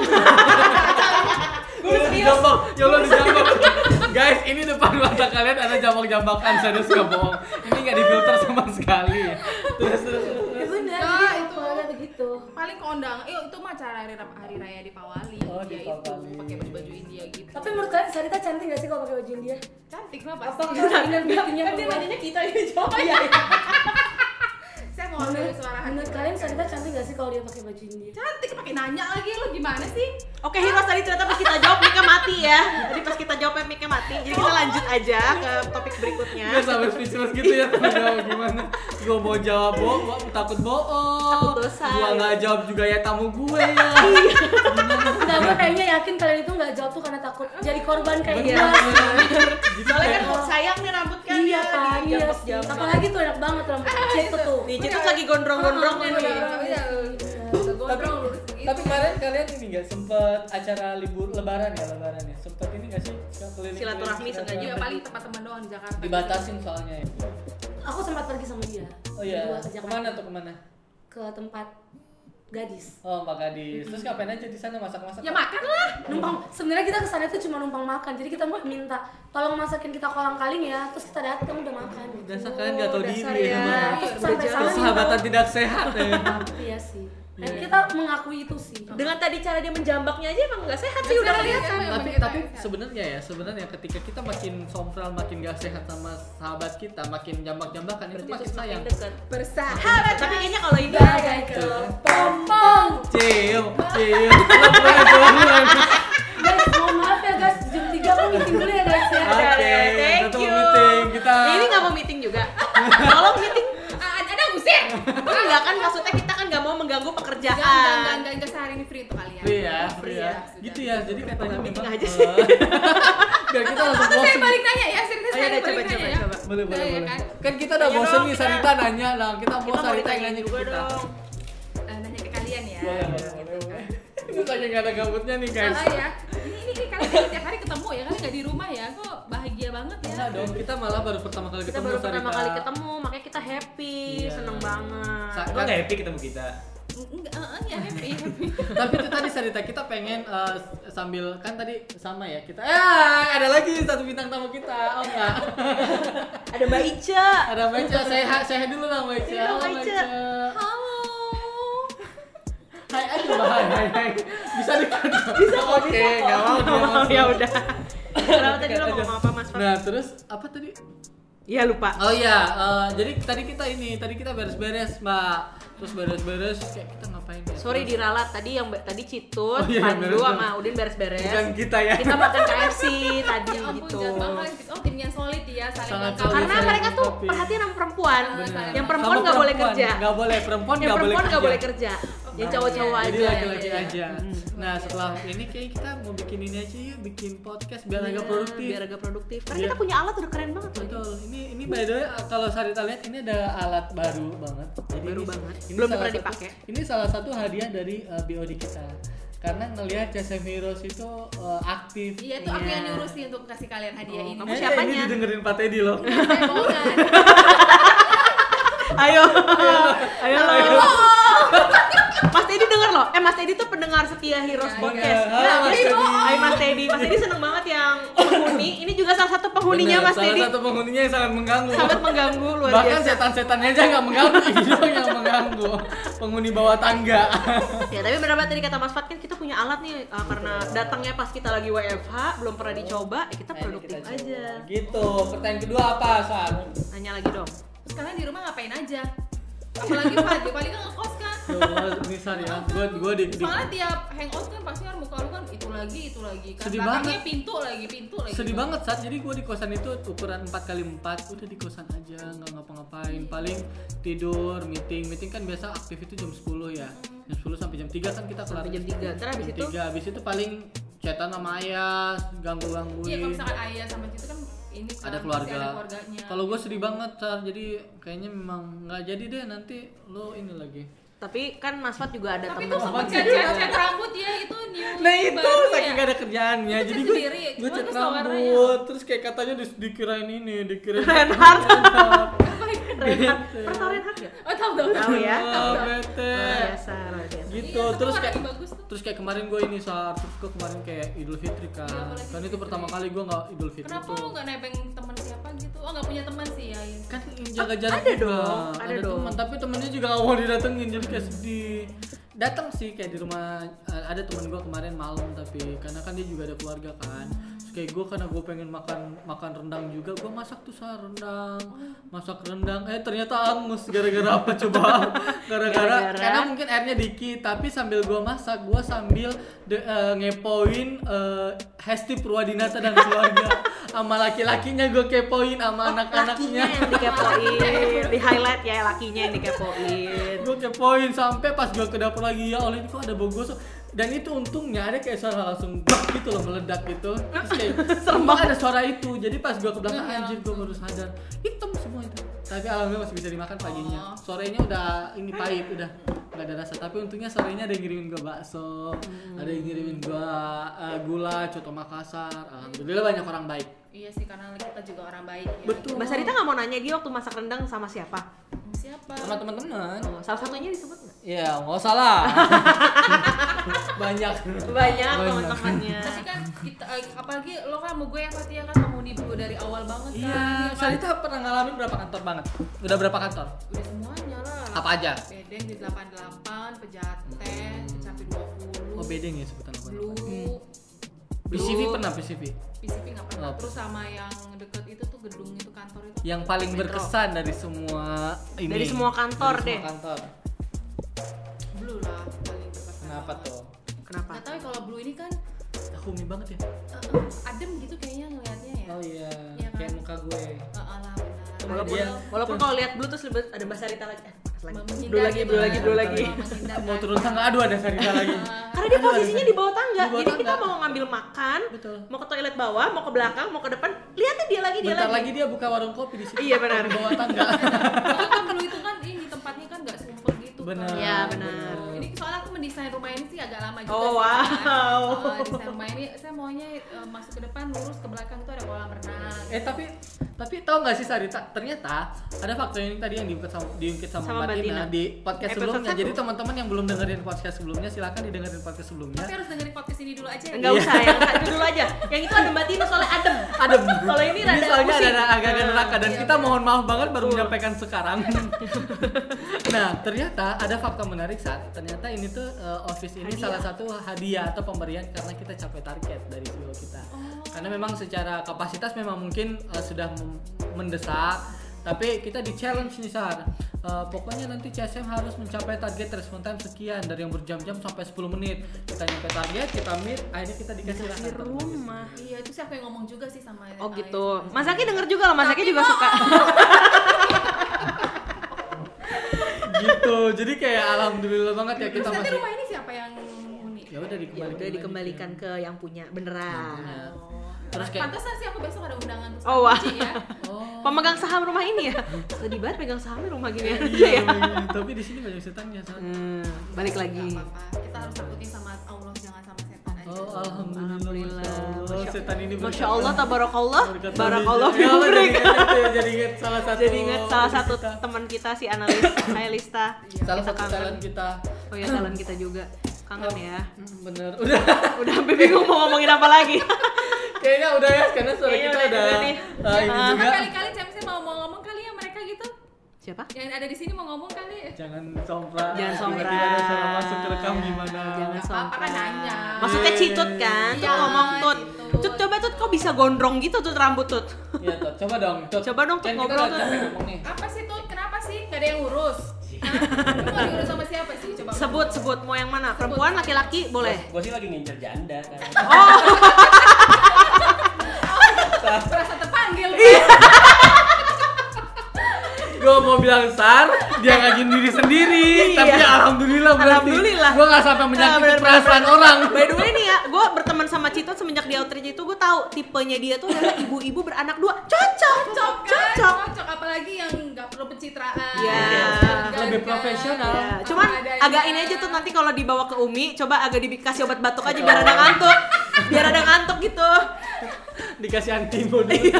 Speaker 2: Gue dijambak, ya Allah dijambak <laughs> Guys, ini depan mata kalian ada jambak-jambakan, serius gak bohong Ini gak difilter sama sekali Terus, terus, terus
Speaker 4: Ya bener,
Speaker 3: Nah,
Speaker 4: jadi
Speaker 3: itu.
Speaker 4: keluarga gitu. begitu.
Speaker 3: Paling ke undangan. Eh itu mah acara hari, hari raya di Pawali.
Speaker 2: Oh, di
Speaker 3: Dia itu
Speaker 2: Pawali.
Speaker 3: pakai baju-baju India gitu.
Speaker 4: Tapi menurut kalian Sarita cantik gak sih kalau pakai baju India?
Speaker 3: cantik lah
Speaker 4: Apa
Speaker 3: pasti.
Speaker 4: keinginan beauty-nya
Speaker 1: Kan dia
Speaker 4: keluar?
Speaker 1: nanyanya kita ini coy.
Speaker 3: Saya mau ambil
Speaker 4: Iya, Menurut-
Speaker 3: suara hati.
Speaker 4: Menurut kalian Sarita cantik gak sih kalau dia pakai baju India?
Speaker 3: Cantik pakai nanya lagi lu gimana sih?
Speaker 1: Oke Heroes tadi ternyata pas kita jawab mic mati ya. Tadi pas kita jawab mic mati. Jadi kita lanjut aja ke topik berikutnya.
Speaker 2: Gak sampai speechless gitu ya temen jawab gimana Gue mau jawab bohong, gua takut bohong
Speaker 1: Takut dosa.
Speaker 2: Gue gak jawab juga ya tamu gue ya
Speaker 4: Enggak, gue kayaknya yakin kalian itu nggak jawab tuh karena takut jadi korban kayak
Speaker 1: Iya.
Speaker 4: gue.
Speaker 2: Gitu
Speaker 1: Soalnya kan
Speaker 2: kayak,
Speaker 1: sayang nih rambut kan
Speaker 4: Iya
Speaker 1: ya,
Speaker 4: kan,
Speaker 1: di
Speaker 4: iya
Speaker 1: jambak-
Speaker 4: sih.
Speaker 1: jambak.
Speaker 4: Apalagi tuh enak banget rambut cetu tuh.
Speaker 2: Iya.
Speaker 1: Nih Citus lagi gondrong-gondrongnya
Speaker 4: Oh,
Speaker 1: nih.
Speaker 4: iya.
Speaker 2: tapi, tapi kemarin kalian ini gak sempet acara libur lebaran ya lebaran ya Sempet ini gak sih? keliling-keliling,
Speaker 1: Silaturahmi sengaja.
Speaker 3: Iya paling tempat teman doang di Jakarta.
Speaker 2: Dibatasin soalnya ya
Speaker 4: Aku sempat pergi sama dia.
Speaker 2: Oh iya,
Speaker 4: Berdua ke Jakarta.
Speaker 2: kemana tuh kemana?
Speaker 4: Ke tempat gadis.
Speaker 2: Oh Mbak Gadis, terus ngapain aja di sana masak-masak?
Speaker 3: Ya makan lah.
Speaker 4: Numpang, sebenarnya kita kesana tuh cuma numpang makan. Jadi kita minta tolong masakin kita kolang kaling ya. Terus kita datang udah makan. gitu.
Speaker 2: Dasar kalian gak tau
Speaker 1: Oh, dasar
Speaker 2: diri ya.
Speaker 1: ya.
Speaker 4: Nah, terus sampai sana
Speaker 2: Persahabatan tidak sehat ya.
Speaker 4: Tapi ya sih. Nah, kita mengakui itu sih.
Speaker 1: Dengan tadi cara dia menjambaknya aja emang nggak sehat sih
Speaker 3: Nggak
Speaker 1: udah
Speaker 3: sehat,
Speaker 1: kelihatan.
Speaker 3: iya.
Speaker 2: tapi
Speaker 3: Emang
Speaker 2: tapi
Speaker 3: kita-
Speaker 2: sebenarnya ya sebenarnya ketika kita makin sompral makin gak sehat sama sahabat kita makin jambak jambakan itu makin sayang
Speaker 1: dekat.
Speaker 3: Bersahabat.
Speaker 1: Sahabat, tapi kayaknya kalau ini
Speaker 2: Iya.
Speaker 4: Bagai kepompong.
Speaker 2: cium cium Lepas, lepas.
Speaker 4: Guys, mohon maaf ya guys, jam 3 aku meeting dulu ya guys ya.
Speaker 1: Oke,
Speaker 2: Oke,
Speaker 1: thank
Speaker 2: kita mau
Speaker 1: you.
Speaker 2: meeting, kita-
Speaker 1: Ya, Ini nggak mau meeting juga. Tolong meeting.
Speaker 3: Ah, ada nggak sih?
Speaker 1: Enggak kan maksudnya kita kan nggak mau mengganggu
Speaker 3: Jangan, jangan,
Speaker 1: pekerjaan.
Speaker 3: jangan, jangan sehari ini free untuk kalian.
Speaker 2: Free ya, free
Speaker 3: Free
Speaker 2: ya.
Speaker 3: ya, sudah.
Speaker 2: Gitu ya, jadi katanya
Speaker 1: meeting
Speaker 2: memang,
Speaker 1: aja
Speaker 2: eh,
Speaker 1: sih.
Speaker 2: <laughs> Biar kita
Speaker 3: Atau,
Speaker 2: langsung
Speaker 3: atau saya
Speaker 2: closing.
Speaker 3: balik nanya ya, serius
Speaker 1: Ayo deh, Oh,
Speaker 3: saya
Speaker 1: iya, coba
Speaker 3: balik
Speaker 1: coba
Speaker 3: nanya ya.
Speaker 1: coba.
Speaker 2: Boleh, boleh,
Speaker 3: Udah, ya
Speaker 2: boleh.
Speaker 3: kan?
Speaker 2: Kan kita udah
Speaker 1: Tanya
Speaker 2: bosen
Speaker 1: Iya, dong,
Speaker 2: nih
Speaker 1: kita.
Speaker 2: Sarita nanya lah, kita mau
Speaker 1: Kita mau
Speaker 2: Sarita yang
Speaker 1: ditanya
Speaker 2: nanya ke
Speaker 1: juga
Speaker 2: kita.
Speaker 1: dong. Gitu.
Speaker 3: Eh, nanya ke kalian ya.
Speaker 2: Boleh, boleh, boleh, boleh. Ini tanya gak ada gabutnya nih guys.
Speaker 3: Salah ya. Ini ini kayak kalian tiap hari ketemu ya, kalian nggak di rumah ya. Kok bahagia banget ya.
Speaker 2: Enggak dong, kita malah baru pertama kali
Speaker 1: Kita
Speaker 2: ketemu
Speaker 1: baru pertama
Speaker 2: Sarita.
Speaker 1: kali ketemu, makanya kita happy,
Speaker 2: Iya.
Speaker 1: seneng banget.
Speaker 2: Sa-
Speaker 5: Lo gak happy ketemu kita?
Speaker 3: Enggak, eh, eh, ya
Speaker 1: <laughs>
Speaker 3: happy, happy.
Speaker 2: Tapi itu tadi Sarita kita pengen eh, sambil kan tadi sama ya kita. Eh, ada lagi satu bintang tamu kita. Oh enggak. <laughs>
Speaker 1: Ada Mbak Ica.
Speaker 2: Ada Mbak Ica, saya saya dulu lah Oh, Mbak Ica.
Speaker 1: Iya,
Speaker 2: Halo,
Speaker 1: Mbak
Speaker 2: Mbak
Speaker 1: Ica.
Speaker 2: Ica.
Speaker 3: Halo.
Speaker 2: Hai, aduh, hai, hai, hai. Bisa dikat.
Speaker 1: <laughs>
Speaker 2: Bisa Oke, enggak mau.
Speaker 1: Nggak mau,
Speaker 2: dia
Speaker 1: ya
Speaker 2: masuk.
Speaker 1: udah. Kenapa tadi
Speaker 2: Dikat
Speaker 1: lo mau
Speaker 2: aja.
Speaker 1: ngomong apa Mas Fak?
Speaker 2: Nah, terus apa tadi?
Speaker 1: Ya lupa.
Speaker 2: Oh iya, eh, jadi tadi kita ini, tadi kita beres-beres, Mbak. Terus beres-beres kayak kita ngapain ya?
Speaker 1: Sorry
Speaker 2: Terus-
Speaker 1: diralat tadi yang tadi Citut,
Speaker 2: Oh, iya,
Speaker 1: Pandu
Speaker 2: beres-beres.
Speaker 1: sama Udin beres-beres.
Speaker 2: Bukan kita ya.
Speaker 1: Kita makan KFC tadi
Speaker 3: Ya ampun,
Speaker 1: gitu.
Speaker 3: jahat banget. Oh, timnya solid ya, saling
Speaker 2: Sangat
Speaker 3: lengkap.
Speaker 2: solid.
Speaker 1: Karena
Speaker 2: Saya
Speaker 1: mereka tuh
Speaker 2: menanggapi.
Speaker 1: perhatian sama perempuan.
Speaker 3: Benar.
Speaker 1: Yang perempuan nggak boleh kerja.
Speaker 2: Gak boleh, perempuan
Speaker 1: Yang
Speaker 2: Nah, nggak boleh
Speaker 1: perempuan
Speaker 2: kerja.
Speaker 1: nggak boleh kerja. Yang cowok-cowok
Speaker 2: Jadi
Speaker 1: aja. gitu ya.
Speaker 2: laki-laki
Speaker 3: iya.
Speaker 2: aja. Nah setelah ini kayak kita mau bikin ini aja yuk, bikin podcast biar
Speaker 1: Iya,
Speaker 2: agak produktif.
Speaker 1: Biar agak produktif. Karena
Speaker 2: Biar-
Speaker 1: kita punya alat udah keren banget loh.
Speaker 2: Betul. Ini ini by the way kalau Sarita lihat ini ada alat baru banget. Jadi
Speaker 1: Baru
Speaker 2: ini-
Speaker 1: banget.
Speaker 2: ini
Speaker 1: Belum
Speaker 2: salah
Speaker 1: pernah
Speaker 2: satu-
Speaker 1: dipakai.
Speaker 2: Ini salah satu hadiah dari uh, BOD kita. Karena ngelihat CSM Heroes itu uh, aktif.
Speaker 3: Iya, itu aku
Speaker 1: Iya.
Speaker 3: yang nyuruh sih untuk kasih kalian hadiah
Speaker 1: Oh,
Speaker 3: ini.
Speaker 1: kamu
Speaker 2: Eh,
Speaker 1: siapanya?
Speaker 2: Ini didengerin Pak Teddy loh.
Speaker 3: Saya kan. bohongan.
Speaker 1: Ayo. Ayo.
Speaker 2: Ayo.
Speaker 1: lo. Mas Teddy denger loh. Eh Mas Teddy tuh pendengar setia Heroes
Speaker 3: Ya,
Speaker 1: Podcast.
Speaker 2: iya. Halo, Mas
Speaker 1: Mas
Speaker 2: Teddy.
Speaker 1: Teddy. Hai Mas Teddy. Mas Teddy seneng banget yang penghuni. Ini juga salah satu penghuninya
Speaker 2: Bener,
Speaker 1: Mas
Speaker 2: salah
Speaker 1: Teddy.
Speaker 2: satu penghuninya yang sangat mengganggu
Speaker 1: Sangat mengganggu luar
Speaker 2: bahkan
Speaker 1: biasa.
Speaker 2: setan-setannya aja nggak mengganggu ini doang yang mengganggu penghuni bawah tangga
Speaker 1: Ya, tapi benar banget tadi kata Mas Fat kan kita punya alat nih uh, karena datangnya pas kita lagi WFH, belum pernah dicoba, ya kita
Speaker 2: Nah, ini
Speaker 1: produktif
Speaker 2: kita coba.
Speaker 1: aja.
Speaker 2: gitu pertanyaan kedua apa San
Speaker 1: Nanya lagi dong.
Speaker 3: Terus kalian di rumah ngapain aja? Apalagi Fat, ya paling kan ngekos kan?
Speaker 2: Duh, ini San ya gue gue di, di-
Speaker 3: Soalnya tiap hangout kan pasti harus muka lu kan itu lagi, itu lagi kan
Speaker 2: Sedih
Speaker 3: Belakangnya
Speaker 2: banget.
Speaker 3: pintu lagi, pintu lagi
Speaker 2: sedih banget saat jadi gue di kosan itu ukuran 4 kali 4 udah di kosan aja nggak ngapa-ngapain paling tidur meeting meeting kan biasa aktif itu jam 10 ya jam 10 sampai jam 3 kan kita kelar
Speaker 1: Sampai jam 3. Ntar abis
Speaker 2: jam
Speaker 1: itu
Speaker 2: 3 abis itu paling chatan sama ayah ganggu gangguin
Speaker 3: Iya kalau misalkan ayah sama cucu kan ini kan,
Speaker 2: ada
Speaker 3: pasti
Speaker 2: keluarga.
Speaker 3: ada keluarganya
Speaker 2: Kalau gue sedih banget, Sar. Jadi kayaknya memang nggak jadi deh nanti lo ini lagi.
Speaker 1: Tapi kan Mas Fat juga ada
Speaker 3: Tapi
Speaker 1: teman.
Speaker 3: tuh
Speaker 2: sama
Speaker 3: cat
Speaker 2: cucu.
Speaker 3: cat cat rambut ya itu new
Speaker 2: Nah itu
Speaker 3: baru
Speaker 2: saking
Speaker 3: ya.
Speaker 2: gak ada kerjaannya.
Speaker 3: Itu
Speaker 2: Jadi
Speaker 3: cat
Speaker 2: gue
Speaker 3: sendiri,
Speaker 2: gue
Speaker 3: cuman
Speaker 2: cat
Speaker 3: terus warnanya.
Speaker 2: rambut,
Speaker 3: ya.
Speaker 2: terus kayak katanya di- dikirain ini, dikirain.
Speaker 3: <laughs>
Speaker 1: Reinhardt.
Speaker 2: Reinhardt.
Speaker 1: Reinhardt.
Speaker 2: gitu?
Speaker 1: Pernah tau Reinhardt nggak?
Speaker 3: <laughs> Oh tahu tahu tahu.
Speaker 1: Tahu ya.
Speaker 2: Ah, bete.
Speaker 1: Luar biasa, luar biasa.
Speaker 2: Gitu,
Speaker 3: Iya, tapi
Speaker 2: terus
Speaker 3: warnanya
Speaker 2: kayak
Speaker 3: bagus tuh.
Speaker 2: terus kayak kemarin gue ini Sar, terus gue kemarin kayak Idul Fitri kan.
Speaker 3: Iya, apalagi
Speaker 2: Kan itu
Speaker 3: Fitri.
Speaker 2: pertama kali gue nggak Idul Fitri
Speaker 3: Kenapa
Speaker 2: tuh.
Speaker 3: lu nggak nebeng teman siapa gitu? Oh nggak punya teman sih ya. ya.
Speaker 2: kan jaga jarak
Speaker 1: ada
Speaker 2: juga.
Speaker 1: dong, ada
Speaker 2: ada
Speaker 1: dong.
Speaker 2: teman tapi temennya juga gak mau didatengin jadi kayak sedih datang sih kayak di rumah eh, ada teman gue kemarin malam tapi karena kan dia juga ada keluarga kan Terus kayak gue karena gue pengen makan makan rendang juga gue masak tuh sar rendang masak rendang eh ternyata angus gara-gara apa coba
Speaker 1: <laughs>
Speaker 2: gara-gara
Speaker 1: Gara-gara.
Speaker 2: karena mungkin airnya dikit tapi sambil gue masak gue sambil de- eh, ngepoin eh, Hesti Purwadinata dan
Speaker 1: <laughs>
Speaker 2: keluarga sama laki-lakinya gue kepoin sama
Speaker 1: Oh, Lakinya ya?
Speaker 2: anak-anaknya
Speaker 1: yang dikepoin, di highlight ya lakinya yang dikepoin.
Speaker 2: gue kepoin sampai pas gue ke dapur lagi ya oleh ini kok ada bau gosok dan itu untungnya ada kayak suara langsung bak gitu loh meledak gitu terus kayak <laughs> serem banget ada suara itu jadi pas gue ke belakang
Speaker 3: Iya.
Speaker 2: anjir gue baru sadar hitam semua itu tapi alhamdulillah masih bisa dimakan paginya
Speaker 3: Oh.
Speaker 2: sorenya udah ini pahit udah nggak ada rasa tapi untungnya sorenya ada yang ngirimin gue bakso ada yang ngirimin gue eh, gula coto Makassar alhamdulillah banyak orang baik
Speaker 3: Iya sih karena kita juga orang baik. Ya.
Speaker 2: Betul.
Speaker 1: Mbak Sarita nggak mau nanya dia waktu masak rendang sama siapa?
Speaker 3: Siapa?
Speaker 2: sama teman-teman
Speaker 1: Oh, salah satunya disebut nggak?
Speaker 2: ya nggak usah <laughs> lah banyak
Speaker 1: Banyak teman-temannya.
Speaker 3: Tapi kan kita, eh, apalagi lo kan sama gue ya Fatia kan penghuni dulu dari awal banget kan.
Speaker 2: Iya,
Speaker 3: kan?
Speaker 2: Salita pernah ngalamin berapa kantor banget? Udah berapa kantor?
Speaker 3: Udah Ya semuanya lah.
Speaker 2: Apa aja?
Speaker 3: Bedeng di 88, pejaten, kecapi 20.
Speaker 2: Oh, bedeng ya sebutan apa?
Speaker 3: Blue,
Speaker 2: PCV pernah PCV.
Speaker 3: PCP nggak pernah.
Speaker 2: Apa?
Speaker 3: Terus sama yang deket itu tuh gedung itu kantor itu.
Speaker 2: Yang paling
Speaker 1: Metro.
Speaker 2: berkesan dari semua <laughs> ini.
Speaker 1: Dari semua kantor
Speaker 2: Dari semua
Speaker 1: deh.
Speaker 2: kantor.
Speaker 3: Blue lah paling berkesan.
Speaker 2: Kenapa
Speaker 3: banget.
Speaker 2: tuh?
Speaker 1: Kenapa?
Speaker 3: Nggak tahu ya kalau Blue ini kan
Speaker 2: Humi banget ya.
Speaker 3: eh, eh, adem gitu kayaknya ngelihatnya ya.
Speaker 2: Oh iya,
Speaker 3: Iya kan?
Speaker 2: kayak muka gue.
Speaker 3: Eh, alah, benar.
Speaker 1: Walaupun,
Speaker 2: Iya.
Speaker 1: walaupun kalau lihat blue terus lebih- ada Mbak Sarita lagi. Eh, Mas lagi.
Speaker 3: Menghindar
Speaker 1: Blue lagi,
Speaker 3: gitu
Speaker 1: blue
Speaker 3: kan.
Speaker 1: lagi, blue lagi.
Speaker 3: Oh, menghindar
Speaker 2: Mau
Speaker 3: kan.
Speaker 2: turun tangga aduh ada Sarita lagi.
Speaker 1: Karena dia
Speaker 2: Aduh, ada
Speaker 1: posisinya
Speaker 2: Sarita.
Speaker 1: di bawah tangga,
Speaker 2: Di bawah
Speaker 1: jadi kita
Speaker 2: tangga.
Speaker 1: mau ngambil makan,
Speaker 2: Betul.
Speaker 1: mau ke toilet bawah, mau ke belakang, mau ke depan, lihatnya dia lagi, dia
Speaker 2: Bentar
Speaker 1: lagi.
Speaker 2: lagi dia buka warung kopi di situ.
Speaker 1: Iya, benar.
Speaker 2: Di bawah tangga.
Speaker 3: Soalnya kan dulu itu kan ini tempatnya kan nggak sumper gitu
Speaker 2: Benar.
Speaker 3: kan.
Speaker 1: Iya, benar.
Speaker 3: Ini soalnya aku mendesain rumah ini sih agak lama juga
Speaker 1: Oh,
Speaker 3: sih, kan.
Speaker 1: wow.
Speaker 3: Eh, desain rumah ini saya maunya eh, masuk ke depan lurus ke belakang itu ada kolam renang.
Speaker 2: Eh tapi tapi tahu nggak sih Sarita ternyata ada fakta yang tadi yang diungkit sama, diungkit sama,
Speaker 1: Sama
Speaker 2: Mbak
Speaker 1: Mbak
Speaker 2: Tina
Speaker 1: Tina.
Speaker 2: di podcast
Speaker 1: Episode
Speaker 2: sebelumnya.
Speaker 1: satu.
Speaker 2: Jadi teman-teman yang belum dengerin podcast sebelumnya silakan didengerin podcast sebelumnya.
Speaker 3: Tapi harus dengerin podcast ini dulu aja ya.
Speaker 1: Enggak
Speaker 2: Iya.
Speaker 1: usah, yang satu dulu aja. Yang itu ada Mbak Tina soalnya adem.
Speaker 2: Adem.
Speaker 1: <laughs> Kalau ini rada
Speaker 2: soalnya
Speaker 1: pusing.
Speaker 2: ada agak agak neraka dan
Speaker 3: Iya,
Speaker 2: kita
Speaker 3: benar.
Speaker 2: mohon maaf banget baru menyampaikan
Speaker 1: <laughs>
Speaker 2: sekarang. nah ternyata ada fakta menarik saat ternyata ini tuh eh, office ini
Speaker 1: Hadiah.
Speaker 2: salah satu hadiah atau pemberian karena kita capai target dari CEO kita.
Speaker 1: Oh.
Speaker 2: Karena memang secara kapasitas memang mungkin eh, sudah mem- mendesak. Tapi kita di challenge nih Sar. Eh, pokoknya nanti CSM harus mencapai target respon time sekian dari yang berjam-jam sampai 10 menit. Kita nyampe target, kita meet, akhirnya kita dikasih
Speaker 1: Di
Speaker 2: rakan.
Speaker 1: rumah.
Speaker 3: Iya itu sih aku yang ngomong juga sih sama
Speaker 1: Oh
Speaker 3: eh,
Speaker 1: gitu.
Speaker 3: sama-
Speaker 1: Mas Aki denger juga loh, Mas Aki juga suka.
Speaker 2: gitu jadi kayak alhamdulillah banget ya kita
Speaker 3: Terus nanti
Speaker 2: masih
Speaker 3: rumah ini siapa yang huni?
Speaker 2: ya udah
Speaker 1: Ya
Speaker 2: dikembalikan
Speaker 1: udah dikembalikan ke yang punya beneran.
Speaker 2: Nah,
Speaker 3: Oh.
Speaker 2: terus kayak-
Speaker 3: Pantesan sih aku besok ada undangan sama
Speaker 1: Oh, wah.
Speaker 3: Uci ya.
Speaker 2: oh
Speaker 1: Pemegang saham rumah ini ya. Sedih banget pegang sahamnya rumah gini aja
Speaker 2: iya
Speaker 1: ya.
Speaker 2: iya. tapi di sini banyak setannya San.
Speaker 1: Hmm, balik
Speaker 3: Nggak
Speaker 1: lagi.
Speaker 3: apa-apa. Kita harus takutin sama Allah jangan sama setan aja.
Speaker 2: oh alhamdulillah
Speaker 1: Alhamdulillah.
Speaker 2: masya Allah
Speaker 1: Masya-
Speaker 2: setan ini
Speaker 1: Masya Allah, tabarakallah,
Speaker 2: Berkat
Speaker 1: barakallah
Speaker 2: Allah. Ya, Allah, jadi
Speaker 1: fiumrik.
Speaker 2: ingat itu ya, jadi ingat salah satu
Speaker 1: <laughs> Jadi inget salah
Speaker 2: kita.
Speaker 1: <laughs> satu teman kita si analis, Hai Lista.
Speaker 2: Iya. salah
Speaker 1: Kita
Speaker 2: satu
Speaker 1: kangen.
Speaker 2: talent kita Mm,
Speaker 1: oh ya talent kita juga kangen ya
Speaker 2: bener udah <laughs>
Speaker 1: udah hampir bingung mau ngomongin apa lagi <laughs>
Speaker 2: kayaknya udah ya karena suara
Speaker 1: Kayaknya
Speaker 2: kita
Speaker 1: udah
Speaker 2: udah
Speaker 1: juga nih.
Speaker 2: eh, ini
Speaker 1: Ah.
Speaker 2: juga
Speaker 3: Nah, kali-kali Jamsnya mau mau ngomong kali ya mereka gitu
Speaker 1: siapa
Speaker 3: yang ada di sini mau ngomong kali ya.
Speaker 2: jangan sombra
Speaker 1: Jangan sombra.
Speaker 2: Tiba-tiba ada suara masuk ke rekam gimana
Speaker 1: Jangan
Speaker 3: Nggak apa-apa kan
Speaker 1: sombong.
Speaker 3: nanya.
Speaker 1: Maksudnya
Speaker 2: Yeay.
Speaker 1: citut kan? Tut
Speaker 3: Iya,
Speaker 1: ngomong tut.
Speaker 3: citut.
Speaker 1: Tut coba tut kok bisa gondrong gitu tut rambut tut.
Speaker 2: Iya, Tot. coba dong Tot.
Speaker 1: Coba dong, Tot,
Speaker 2: Kan kita
Speaker 1: ngobrol,
Speaker 2: udah
Speaker 1: Tot.
Speaker 2: capek ngomong nih
Speaker 3: apa sih tuh kenapa sih nggak ada yang urus Hah? lu mau diurus sama siapa sih coba
Speaker 1: Sebut sebut mau yang mana? Perempuan laki-laki boleh.
Speaker 5: Gue sih lagi ngincer janda kan.
Speaker 2: <laughs>
Speaker 3: merasa terpanggil
Speaker 1: Iya.
Speaker 2: gue mau bilang sar dia ngajin diri sendiri
Speaker 1: Iya.
Speaker 2: tapi alhamdulillah berarti
Speaker 1: Alhamdulillah.
Speaker 2: gue nggak sampai
Speaker 1: Nah,
Speaker 2: menyakiti
Speaker 1: bener-bener.
Speaker 2: perasaan orang
Speaker 1: <laughs> By the way nih ya, gue berteman sama Citut semenjak di Outreach itu gue tahu tipenya dia tuh adalah ibu-ibu beranak dua. Cocok,
Speaker 3: cocok kan
Speaker 1: cocok.
Speaker 3: cocok apalagi yang nggak perlu pencitraan
Speaker 1: Iya.
Speaker 3: Ganteng.
Speaker 2: Lebih profesional.
Speaker 1: Ya, cuman
Speaker 3: Apa adanya. Iya,
Speaker 1: agak ini aja tuh nanti kalau dibawa ke Umi, coba agak dikasih obat batuk aja biar ada ngantuk, biar ada ngantuk gitu.
Speaker 2: dikasih antimo dulu
Speaker 1: Iya.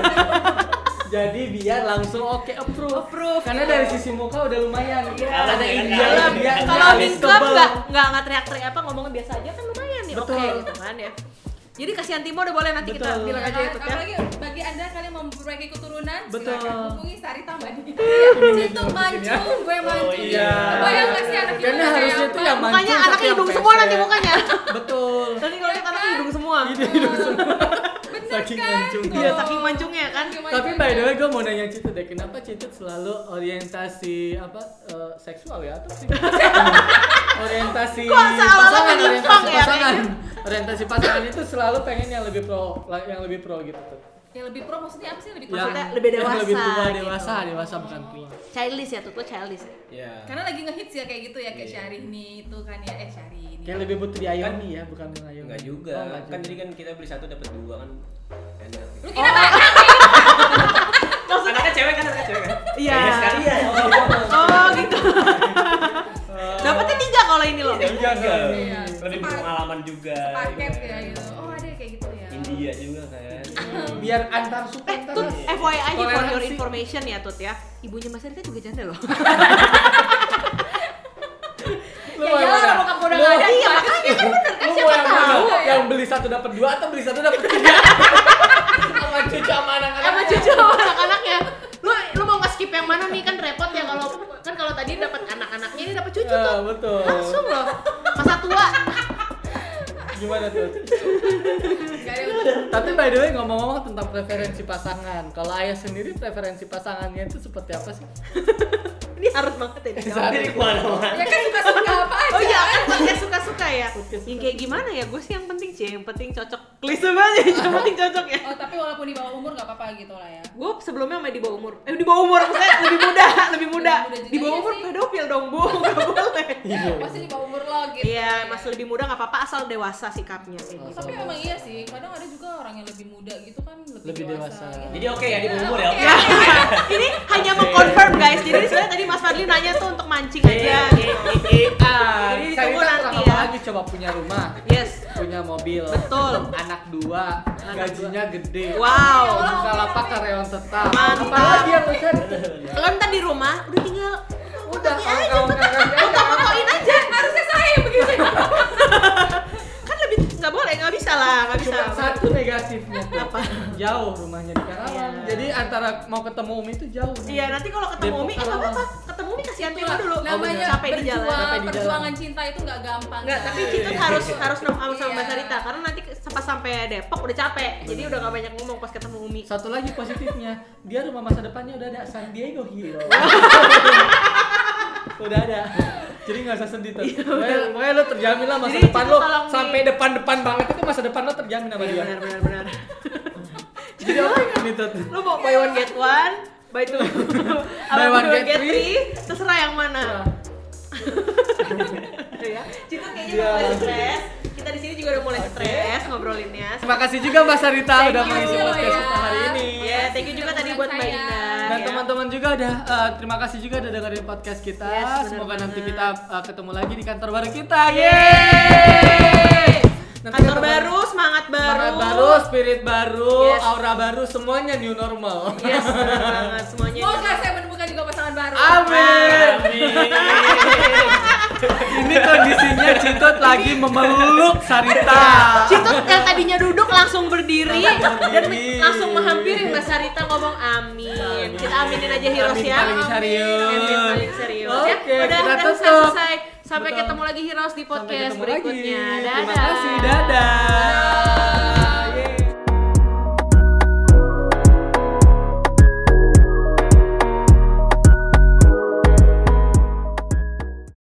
Speaker 2: jadi biar langsung oke approve. karena dari sisi muka udah lumayan Iya,
Speaker 5: Kalem
Speaker 2: ada
Speaker 5: ya,
Speaker 2: India
Speaker 5: kalem.
Speaker 2: dia
Speaker 1: Iya. Kalau
Speaker 2: dia
Speaker 1: di club
Speaker 2: Iya, tebel.
Speaker 1: nggak nggak nggak teriak-teriak apa ngomongnya biasa aja kan lumayan nih, oke
Speaker 2: Betul.
Speaker 1: gitu kan ya. Jadi kasihan Timo udah boleh nanti kita
Speaker 2: Betul.
Speaker 1: bilang aja
Speaker 3: Nah,
Speaker 1: itu kan.
Speaker 3: apalagi bagi anda kalian yang memperbaiki keturunan
Speaker 2: Betul.
Speaker 3: silakan hubungi Sarita
Speaker 2: <laughs>
Speaker 3: Mbak itu mancung gue mancung
Speaker 5: Oh, iya.
Speaker 3: bayang nggak sih anak
Speaker 2: ya. karena harusnya tuh yang mancung
Speaker 1: Mukanya anaknya
Speaker 2: tapi yang
Speaker 1: hidung semua
Speaker 2: pesek.
Speaker 1: nanti
Speaker 2: <laughs>
Speaker 1: mukanya.
Speaker 2: betul
Speaker 1: Nanti kalau lihat anaknya hidung semua.
Speaker 2: Ide hidung semua
Speaker 3: bener
Speaker 2: saking
Speaker 3: kan?
Speaker 2: mancung
Speaker 1: Iya, saking mancungnya kan.
Speaker 2: tapi by the way gue mau nanya Citut deh kenapa Citut selalu orientasi apa eh, seksual ya atau
Speaker 1: <laughs>
Speaker 2: sih orientasi
Speaker 1: Kok seolah-olah
Speaker 2: pasangan
Speaker 1: menyimpang
Speaker 2: orientasi
Speaker 1: ya,
Speaker 2: pasangan orientasi pasangan itu selalu pengen yang lebih pro la- yang lebih pro gitu tuh
Speaker 3: ya lebih pro maksudnya apa sih lebih
Speaker 2: Yang-
Speaker 3: maksudnya
Speaker 1: Maksudnya lebih
Speaker 2: yang
Speaker 1: dewasa
Speaker 2: lebih tua
Speaker 1: gitu.
Speaker 2: dewasa dewasa bukan tua
Speaker 1: Childish ya, tuh tuh childish. ya.
Speaker 5: Iya.
Speaker 3: karena lagi ngehits ya kayak gitu ya kayak
Speaker 1: Iya.
Speaker 3: Syahrini itu kan ya eh Syahrini
Speaker 2: kayak lebih butuh diayomi ya bukan mengayomi
Speaker 5: Enggak juga.
Speaker 2: Oh, enggak
Speaker 5: Kan jadi kan kita beli satu dapat dua kan. Enak.
Speaker 3: lu kira
Speaker 1: Oh.
Speaker 3: banyak
Speaker 5: Anaknya cewek kan, anaknya cewek kan.
Speaker 1: Iya,
Speaker 5: Kayaknya sekarang.
Speaker 1: iya. Oh
Speaker 2: <laughs>
Speaker 1: gitu. Dapatnya tiga kalau ini loh.
Speaker 5: Juga kan.
Speaker 3: Iya.
Speaker 5: Lebih
Speaker 3: Sepaket.
Speaker 5: pengalaman juga.
Speaker 1: <laughs>
Speaker 3: paket
Speaker 5: Iya.
Speaker 3: ya gitu oh ada kayak gitu ya
Speaker 5: India juga kan.
Speaker 3: <laughs>
Speaker 2: biar antar suku
Speaker 1: Eh,
Speaker 2: antar ya.
Speaker 1: Tut, FYI aja for your
Speaker 2: Toleransi.
Speaker 1: information ya, Tut ya. Ibunya Mas Rita juga janda loh.
Speaker 2: Lu
Speaker 3: ya
Speaker 2: mau yang
Speaker 3: iyalah
Speaker 2: mana?
Speaker 3: kalau kamu udah
Speaker 2: Lu-
Speaker 3: nggak ada
Speaker 1: Iya, makanya kan bener kan
Speaker 2: lu mau
Speaker 1: siapa
Speaker 2: yang mana?
Speaker 1: tahu.
Speaker 2: yang beli satu dapat dua atau beli satu dapat tiga <laughs> sama cucu sama anak-anak
Speaker 1: Sama cucu
Speaker 2: <laughs>
Speaker 1: sama anak-anaknya. Lu lu mau nge-skip yang mana nih kan repot ya kalau kan kalau tadi dapat anak-anaknya ini dapat cucu
Speaker 2: Ya,
Speaker 1: tuh.
Speaker 2: betul.
Speaker 1: Langsung loh. Masa tua.
Speaker 2: <laughs> Gimana tuh?
Speaker 3: nggak ada yang-
Speaker 2: Tapi by the way ngomong-ngomong tentang preferensi pasangan, kalau ayah sendiri preferensi pasangannya itu seperti apa sih?
Speaker 1: Ini harus banget ya. dijawab.
Speaker 5: Jadi kemana-mana.
Speaker 3: ya kan suka suka apa aja
Speaker 1: Oh iya, kan podcast suka-suka ya.
Speaker 2: Podcast
Speaker 1: Yang kayak gimana ya? Gue sih yang penting sih, yang penting cocok. Klise banget ya, yang penting cocok ya.
Speaker 3: oh tapi walaupun di bawah umur nggak apa-apa gitu lah ya
Speaker 1: Gue sebelumnya sama di bawah umur. Eh, di bawah umur maksudnya lebih muda, lebih muda.
Speaker 3: Lebih muda
Speaker 1: Di bawah
Speaker 3: juga
Speaker 1: umur
Speaker 3: sih.
Speaker 1: pedofil dong, Bu. <laughs> Gak boleh.
Speaker 3: pasti di bawah umur lo gitu
Speaker 1: Iya, masih lebih muda nggak apa-apa asal dewasa sikapnya kayak gitu.
Speaker 3: tapi emang iya sih kadang ada juga orang yang lebih muda gitu kan lebih,
Speaker 2: Lebih dewasa.
Speaker 3: gitu.
Speaker 5: Jadi oke ya di umur ya.
Speaker 3: Oke.
Speaker 5: Oke.
Speaker 1: ini hanya mengkonfirm guys. Jadi sebenarnya tadi Mas Fadli nanya tuh untuk mancing aja.
Speaker 2: Ah,
Speaker 1: Jadi
Speaker 2: saya
Speaker 1: ditunggu
Speaker 2: kurang
Speaker 1: nanti
Speaker 2: apa
Speaker 1: ya.
Speaker 2: lagi coba punya rumah,
Speaker 1: Yes.
Speaker 2: punya mobil,
Speaker 1: Betul.
Speaker 2: anak dua, gajinya gede,
Speaker 1: Wow.
Speaker 2: buka lapak karyawan tetap,
Speaker 1: Mantap.
Speaker 2: apalagi yang lu cari?
Speaker 1: Lo ntar di rumah udah tinggal
Speaker 2: Udah, ya. kawan-kawan
Speaker 1: fotoin aja.
Speaker 3: harusnya saya yang begitu
Speaker 1: <laughs> Kan lebih nggak boleh, nggak bisa lah, nggak bisa.
Speaker 2: Cuma satu negatifnya tuh.
Speaker 1: Apa?
Speaker 2: Jauh rumahnya di Karawang.
Speaker 1: Iya.
Speaker 2: Jadi antara mau ketemu Umi itu jauh. nih.
Speaker 1: Iya, nanti kalau ketemu
Speaker 2: Depok
Speaker 1: Umi, eh, nggak apa-apa. Ketemu Umi kasihan Timo dulu.
Speaker 3: Gitu namanya
Speaker 1: capek di jalan.
Speaker 2: Capek di jalan.
Speaker 3: perjuangan cinta itu nggak gampang kan?
Speaker 1: Enggak, tapi
Speaker 3: guys.
Speaker 2: Iya.
Speaker 1: Citut harus harus sama sama Mbak
Speaker 3: Iya.
Speaker 1: Sarita karena nanti pas sampai Depok udah capek. Jadi udah nggak banyak ngomong pas ketemu Umi.
Speaker 2: Satu lagi positifnya, dia rumah masa depannya udah ada San Diego Hero. udah ada. Jadi nggak usah sedih tuh. Pokoknya pokoknya lo terjamin lah
Speaker 1: Iya,
Speaker 2: masa
Speaker 1: Jadi
Speaker 2: depan
Speaker 1: itu
Speaker 2: lo
Speaker 1: tolong di-
Speaker 2: sampai depan-depan banget itu masa depan lo terjamin sama dia.
Speaker 1: Benar, benar, benar.
Speaker 2: Jadi apa yang itu?
Speaker 1: Lu mau buy one get one, buy two, apa
Speaker 2: Buy one, get three.
Speaker 1: terserah yang mana. Gitu <laughs> ya. Citut kayaknya udah
Speaker 2: Iya.
Speaker 1: mulai stres. Kita di sini juga udah mulai stres ngobrolinnya.
Speaker 2: Terima kasih juga Mbak Sarita
Speaker 1: Thank
Speaker 2: udah
Speaker 1: you
Speaker 2: mengisi
Speaker 1: ya.
Speaker 2: podcast kita hari ini.
Speaker 1: Ya, thank you juga tadi buat Mbak
Speaker 3: Saya.
Speaker 1: Ina.
Speaker 2: Dan
Speaker 1: ya.
Speaker 2: teman-teman juga udah eh, terima kasih juga udah dengerin podcast kita.
Speaker 1: Yes, bener
Speaker 2: Semoga nanti
Speaker 1: banget.
Speaker 2: kita eh, ketemu lagi di kantor baru kita. Yeay!
Speaker 1: Yeay!
Speaker 2: Nanti
Speaker 1: Kantor
Speaker 2: ketemu-
Speaker 1: baru, semangat baru.
Speaker 2: Semangat baru, spirit baru,
Speaker 1: Yes.
Speaker 2: aura baru, semuanya new normal. <laughs>
Speaker 1: Yes, bener banget semuanya.
Speaker 3: semoga saya menemukan juga pasangan baru
Speaker 2: Amin.
Speaker 5: Amin.
Speaker 2: Ini kondisi Cintut lagi memeluk Sarita.
Speaker 1: Citut yang tadinya duduk langsung berdiri dan
Speaker 2: Berdiri.
Speaker 1: langsung menghampiri Mbak Sarita ngomong amin. Kita aminin aja Hiros
Speaker 2: Amin
Speaker 1: ya.
Speaker 2: paling serius.
Speaker 1: Amin paling serius ya.
Speaker 2: Oke,
Speaker 1: Udah,
Speaker 2: kita
Speaker 1: udah
Speaker 2: tutup.
Speaker 1: selesai. Sampai
Speaker 2: Betul.
Speaker 1: ketemu lagi Hiros di
Speaker 2: Sampai
Speaker 1: podcast
Speaker 2: ketemu lagi.
Speaker 1: berikutnya.
Speaker 2: Terima kasih, dadah.